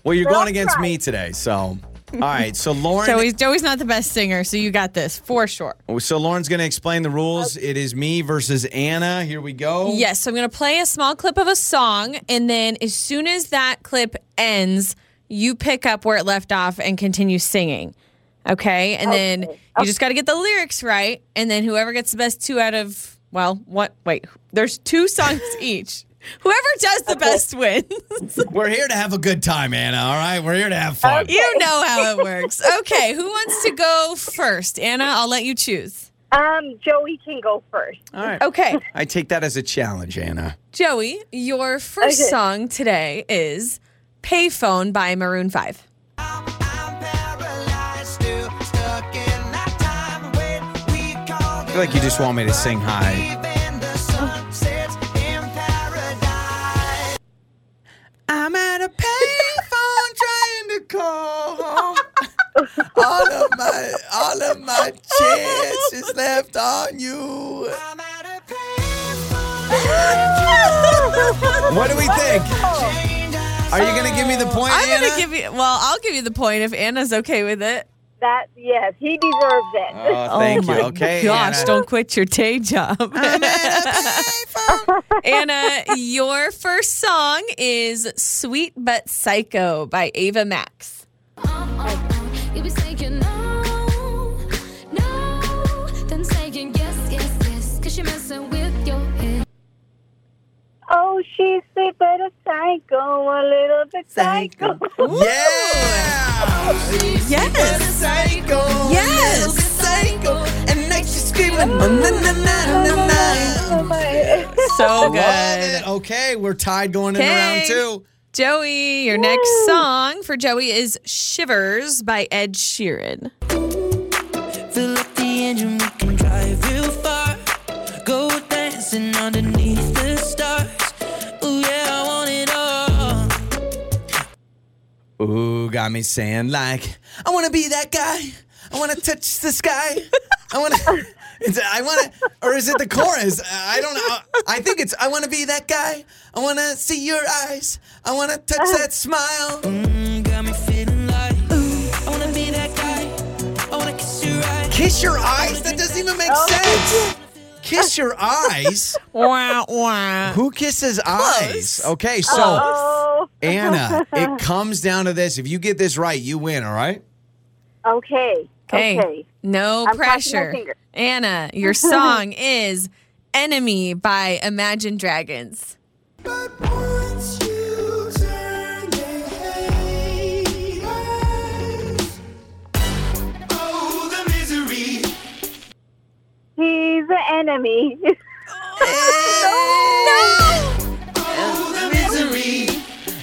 [SPEAKER 2] Well, you're
[SPEAKER 8] Well,
[SPEAKER 2] going against
[SPEAKER 8] try.
[SPEAKER 2] me today, so. All right, so Lauren.
[SPEAKER 3] Joey's Joey's not the best singer, so you got this for sure.
[SPEAKER 2] So Lauren's going to explain the rules. It is me versus Anna. Here we go.
[SPEAKER 3] Yes, so I'm going to play a small clip of a song, and then as soon as that clip ends, you pick up where it left off and continue singing. Okay, and then you just got to get the lyrics right, and then whoever gets the best two out of well, what? Wait, there's two (laughs) songs each. Whoever does the best wins. (laughs)
[SPEAKER 2] We're here to have a good time, Anna. All right, we're here to have fun.
[SPEAKER 3] you know how it (laughs) works. Okay, who wants to go first? Anna, I'll let you choose.
[SPEAKER 8] Um, Joey can go first.
[SPEAKER 2] All right.
[SPEAKER 3] Okay.
[SPEAKER 2] I take that as a challenge, Anna.
[SPEAKER 3] Joey, your first
[SPEAKER 8] Okay.
[SPEAKER 3] song today is Payphone by Maroon 5.
[SPEAKER 2] I feel like you just want me to sing high. I'm at a payphone trying to call home. All of my, all of my chances left on you. What do we think? Are you gonna give me the point,
[SPEAKER 3] I'm
[SPEAKER 2] Anna?
[SPEAKER 3] going to give you, well, I'll give you the point if Anna's okay with it.
[SPEAKER 8] That yes, he deserves it.
[SPEAKER 2] Oh, thank
[SPEAKER 3] my
[SPEAKER 2] you. Okay,
[SPEAKER 3] Gosh,
[SPEAKER 2] Anna.
[SPEAKER 3] don't quit your day job. Anna, your first song is Sweet But Psycho by Ava Max.
[SPEAKER 9] You Uh-uh. be saying no, no, then saying yes, yes, yes, cause you're messing with your head.
[SPEAKER 8] (laughs) Oh, she's sweet but a psycho, a little bit psycho.
[SPEAKER 2] Yeah.
[SPEAKER 3] Yes.
[SPEAKER 2] Psycho.
[SPEAKER 3] Yes.
[SPEAKER 2] Psycho. And now she's screaming. "Na, na, na, na, na, na."
[SPEAKER 3] So
[SPEAKER 2] Love
[SPEAKER 3] good.
[SPEAKER 2] it. Okay, we're tied going into
[SPEAKER 3] Okay.
[SPEAKER 2] round two.
[SPEAKER 3] Joey, your next song for Joey is Shivers by Ed Sheeran.
[SPEAKER 10] Fill up the engine, we can drive real far. Go dancing underneath the stars. Ooh, yeah, I want it all.
[SPEAKER 2] Ooh, got me saying like, I want to be that guy. I want to touch the sky. I (laughs) want to. I want to, or is it the chorus? I don't know. I think it's. I want to be that guy. I want to see your eyes. I want to touch that smile.
[SPEAKER 10] Mm, got me feeling like, ooh, I wanna be that guy. I wanna kiss you right.
[SPEAKER 2] Kiss your eyes? That doesn't even make sense. Kiss your
[SPEAKER 10] (laughs)
[SPEAKER 2] eyes?
[SPEAKER 3] Wah, wah.
[SPEAKER 2] Who kisses eyes? Okay, so
[SPEAKER 8] Oh,
[SPEAKER 2] Anna, it comes down to this. If you get this right, you win, all right?
[SPEAKER 8] okay.
[SPEAKER 3] Okay.
[SPEAKER 8] Okay.
[SPEAKER 3] No
[SPEAKER 8] I'm crossing my
[SPEAKER 3] pressure.
[SPEAKER 8] fingers.
[SPEAKER 3] Anna,
[SPEAKER 8] (laughs)
[SPEAKER 3] your song is Enemy by Imagine Dragons.
[SPEAKER 8] He's an enemy. (laughs)
[SPEAKER 3] (laughs)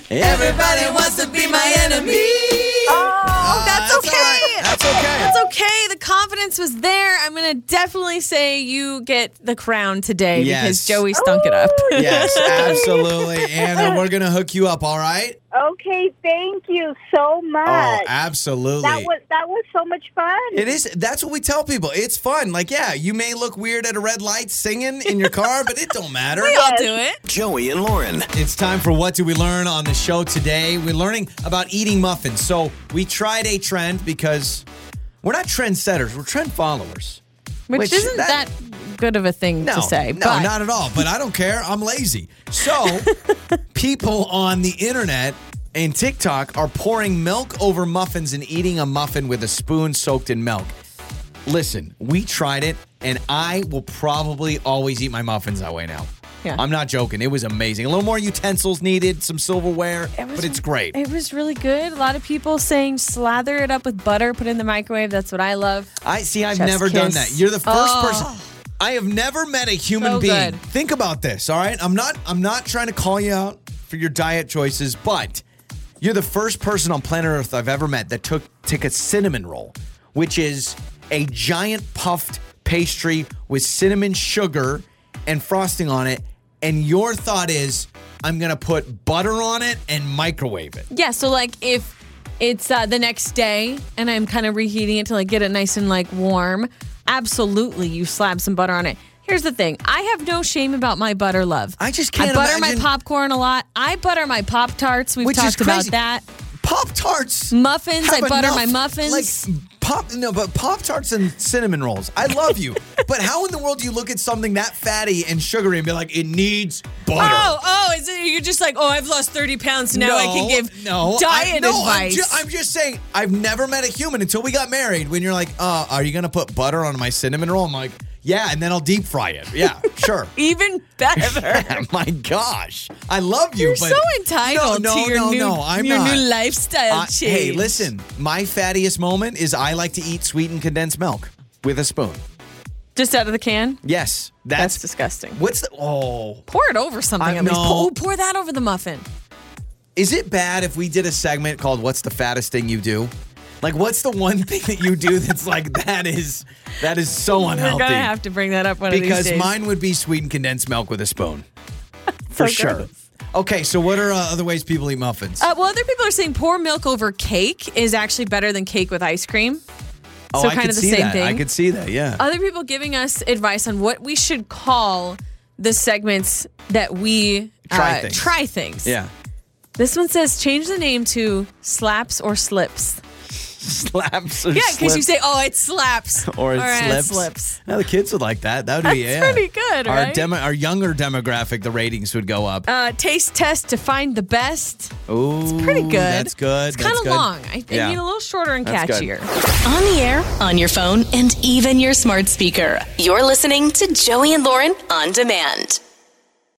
[SPEAKER 2] Everybody wants to be my enemy.
[SPEAKER 8] oh,
[SPEAKER 2] Ah,
[SPEAKER 3] That's
[SPEAKER 2] that's
[SPEAKER 3] okay.
[SPEAKER 2] all right. That's okay.
[SPEAKER 3] That's okay. The confidence was there. I'm going to definitely say you get the crown today
[SPEAKER 2] Yes.
[SPEAKER 3] because Joey stunk it up.
[SPEAKER 2] Yes, absolutely. Anna, we're going to hook you up, all right?
[SPEAKER 8] okay. Thank you so much.
[SPEAKER 2] Oh, absolutely.
[SPEAKER 8] that was that was so much fun.
[SPEAKER 2] It is. That's what we tell people. It's fun. Like, yeah, you may look weird at a red light singing in your car, but it don't matter.
[SPEAKER 3] I'll (laughs) do it.
[SPEAKER 4] Joey and Lauren.
[SPEAKER 2] It's time for what do we learn on the show today? We're learning about eating muffins. So we tried a trend because we're not trendsetters; we're trend followers.
[SPEAKER 3] Which,
[SPEAKER 2] Which
[SPEAKER 3] isn't
[SPEAKER 2] that-
[SPEAKER 3] that, good of a thing
[SPEAKER 2] No,
[SPEAKER 3] to say.
[SPEAKER 2] no,
[SPEAKER 3] but
[SPEAKER 2] not at all. But I don't care. I'm lazy.
[SPEAKER 3] (laughs)
[SPEAKER 2] So people on the internet and TikTok are pouring milk over muffins and eating a muffin with a spoon soaked in milk. Listen, we tried it, and I will probably always eat my muffins that way now.
[SPEAKER 3] Yeah.
[SPEAKER 2] I'm not joking. It was amazing. A little more utensils needed, some silverware, but it's great.
[SPEAKER 3] It was really good. A lot of people saying slather it up with butter, put it in the microwave. That's what I love.
[SPEAKER 2] I see. I've
[SPEAKER 3] Chef's
[SPEAKER 2] never done
[SPEAKER 3] kiss.
[SPEAKER 2] that. You're the first
[SPEAKER 3] Oh.
[SPEAKER 2] person. I have never met a human
[SPEAKER 3] So
[SPEAKER 2] being.
[SPEAKER 3] good.
[SPEAKER 2] Think about this. All right. I'm not. I'm not trying to call you out for your diet choices, but You're the first person on planet Earth I've ever met that took took a cinnamon roll, which is a giant puffed pastry with cinnamon sugar and frosting on it, and your thought is I'm gonna put butter on it and microwave it.
[SPEAKER 3] Yeah, so like if it's uh, the next day and I'm kind of reheating it to like get it nice and like warm, absolutely you slab some butter on it. Here's the thing. I have no shame about my butter love. I
[SPEAKER 2] just
[SPEAKER 3] I
[SPEAKER 2] can't
[SPEAKER 3] butter
[SPEAKER 2] imagine-
[SPEAKER 3] my popcorn a lot. I butter my Pop Tarts. We've
[SPEAKER 2] Which is
[SPEAKER 3] talked about
[SPEAKER 2] crazy.
[SPEAKER 3] that.
[SPEAKER 2] Pop Tarts.
[SPEAKER 3] Muffins. I
[SPEAKER 2] Have
[SPEAKER 3] butter my
[SPEAKER 2] enough,
[SPEAKER 3] muffins.
[SPEAKER 2] Like pop no, but Pop Tarts and cinnamon rolls. I love
[SPEAKER 3] (laughs)
[SPEAKER 2] you. but how in the world do you look at something that fatty and sugary and be like, it needs butter?
[SPEAKER 3] Oh, oh, is it you're just like, oh, I've lost 30 pounds, now I
[SPEAKER 2] No,
[SPEAKER 3] can give
[SPEAKER 2] no, I,
[SPEAKER 3] diet
[SPEAKER 2] no, I'm,
[SPEAKER 3] advice.
[SPEAKER 2] ju- I'm just saying, I've never met a human until we got married when you're like, uh, are you going to put butter on my cinnamon roll? I'm like, yeah, and then I'll deep fry it.
[SPEAKER 3] (laughs)
[SPEAKER 2] Yeah, sure. (laughs)
[SPEAKER 3] Even better.
[SPEAKER 2] My gosh. I love you.
[SPEAKER 3] You're
[SPEAKER 2] but
[SPEAKER 3] so entitled
[SPEAKER 2] no, no,
[SPEAKER 3] to your
[SPEAKER 2] no,
[SPEAKER 3] new,
[SPEAKER 2] no, I'm
[SPEAKER 3] your
[SPEAKER 2] not.
[SPEAKER 3] new lifestyle
[SPEAKER 2] Uh,
[SPEAKER 3] change.
[SPEAKER 2] hey, listen, my fattiest moment is I like to eat sweetened condensed milk with a spoon.
[SPEAKER 3] Just out of the can?
[SPEAKER 2] Yes, that's,
[SPEAKER 3] disgusting.
[SPEAKER 2] What's the oh?
[SPEAKER 3] Pour it over something.
[SPEAKER 2] I-
[SPEAKER 3] at least.
[SPEAKER 2] no.
[SPEAKER 3] Pour, oh, pour that over the muffin.
[SPEAKER 2] Is it bad if we did a segment called "What's the fattest thing you do"? Like, what's the one (laughs) thing that you do that's like that is that is so
[SPEAKER 3] We're
[SPEAKER 2] unhealthy?
[SPEAKER 3] gonna have to bring that up one of
[SPEAKER 2] because
[SPEAKER 3] these days.
[SPEAKER 2] mine would be sweetened condensed milk with a
[SPEAKER 3] (laughs)
[SPEAKER 2] spoon, for sure. Okay, so what are uh, other ways people eat muffins?
[SPEAKER 3] Uh, well, other people are saying pour milk over cake is actually better than cake with ice cream.
[SPEAKER 2] oh,
[SPEAKER 3] so
[SPEAKER 2] I
[SPEAKER 3] kind
[SPEAKER 2] could
[SPEAKER 3] of the
[SPEAKER 2] see
[SPEAKER 3] same
[SPEAKER 2] that.
[SPEAKER 3] thing. Oh,
[SPEAKER 2] I could see that. Yeah.
[SPEAKER 3] Other people giving us advice on what we should call the segments that we
[SPEAKER 2] Try
[SPEAKER 3] uh,
[SPEAKER 2] things.
[SPEAKER 3] try things.
[SPEAKER 2] yeah. (laughs)
[SPEAKER 3] This one says change the name to slaps or slips.
[SPEAKER 2] Slaps. Or
[SPEAKER 3] Yeah, because you
[SPEAKER 2] slips.
[SPEAKER 3] say, oh, it slaps.
[SPEAKER 2] (laughs) or it
[SPEAKER 3] All right,
[SPEAKER 2] slips. Now the kids would like that. That would be
[SPEAKER 3] That's
[SPEAKER 2] yeah.
[SPEAKER 3] pretty good,
[SPEAKER 2] Our
[SPEAKER 3] right?
[SPEAKER 2] demo, our younger demographic, the ratings would go up.
[SPEAKER 3] Uh, taste test to find the best.
[SPEAKER 2] Ooh, it's
[SPEAKER 3] pretty good.
[SPEAKER 2] That's good.
[SPEAKER 3] It's
[SPEAKER 2] that's
[SPEAKER 3] kind of
[SPEAKER 2] good.
[SPEAKER 3] long. I, I
[SPEAKER 2] Yeah.
[SPEAKER 3] need a little shorter and
[SPEAKER 2] That's good.
[SPEAKER 3] catchier.
[SPEAKER 1] On the air, on your phone, and even your smart speaker. You're listening to Joey and Lauren on demand.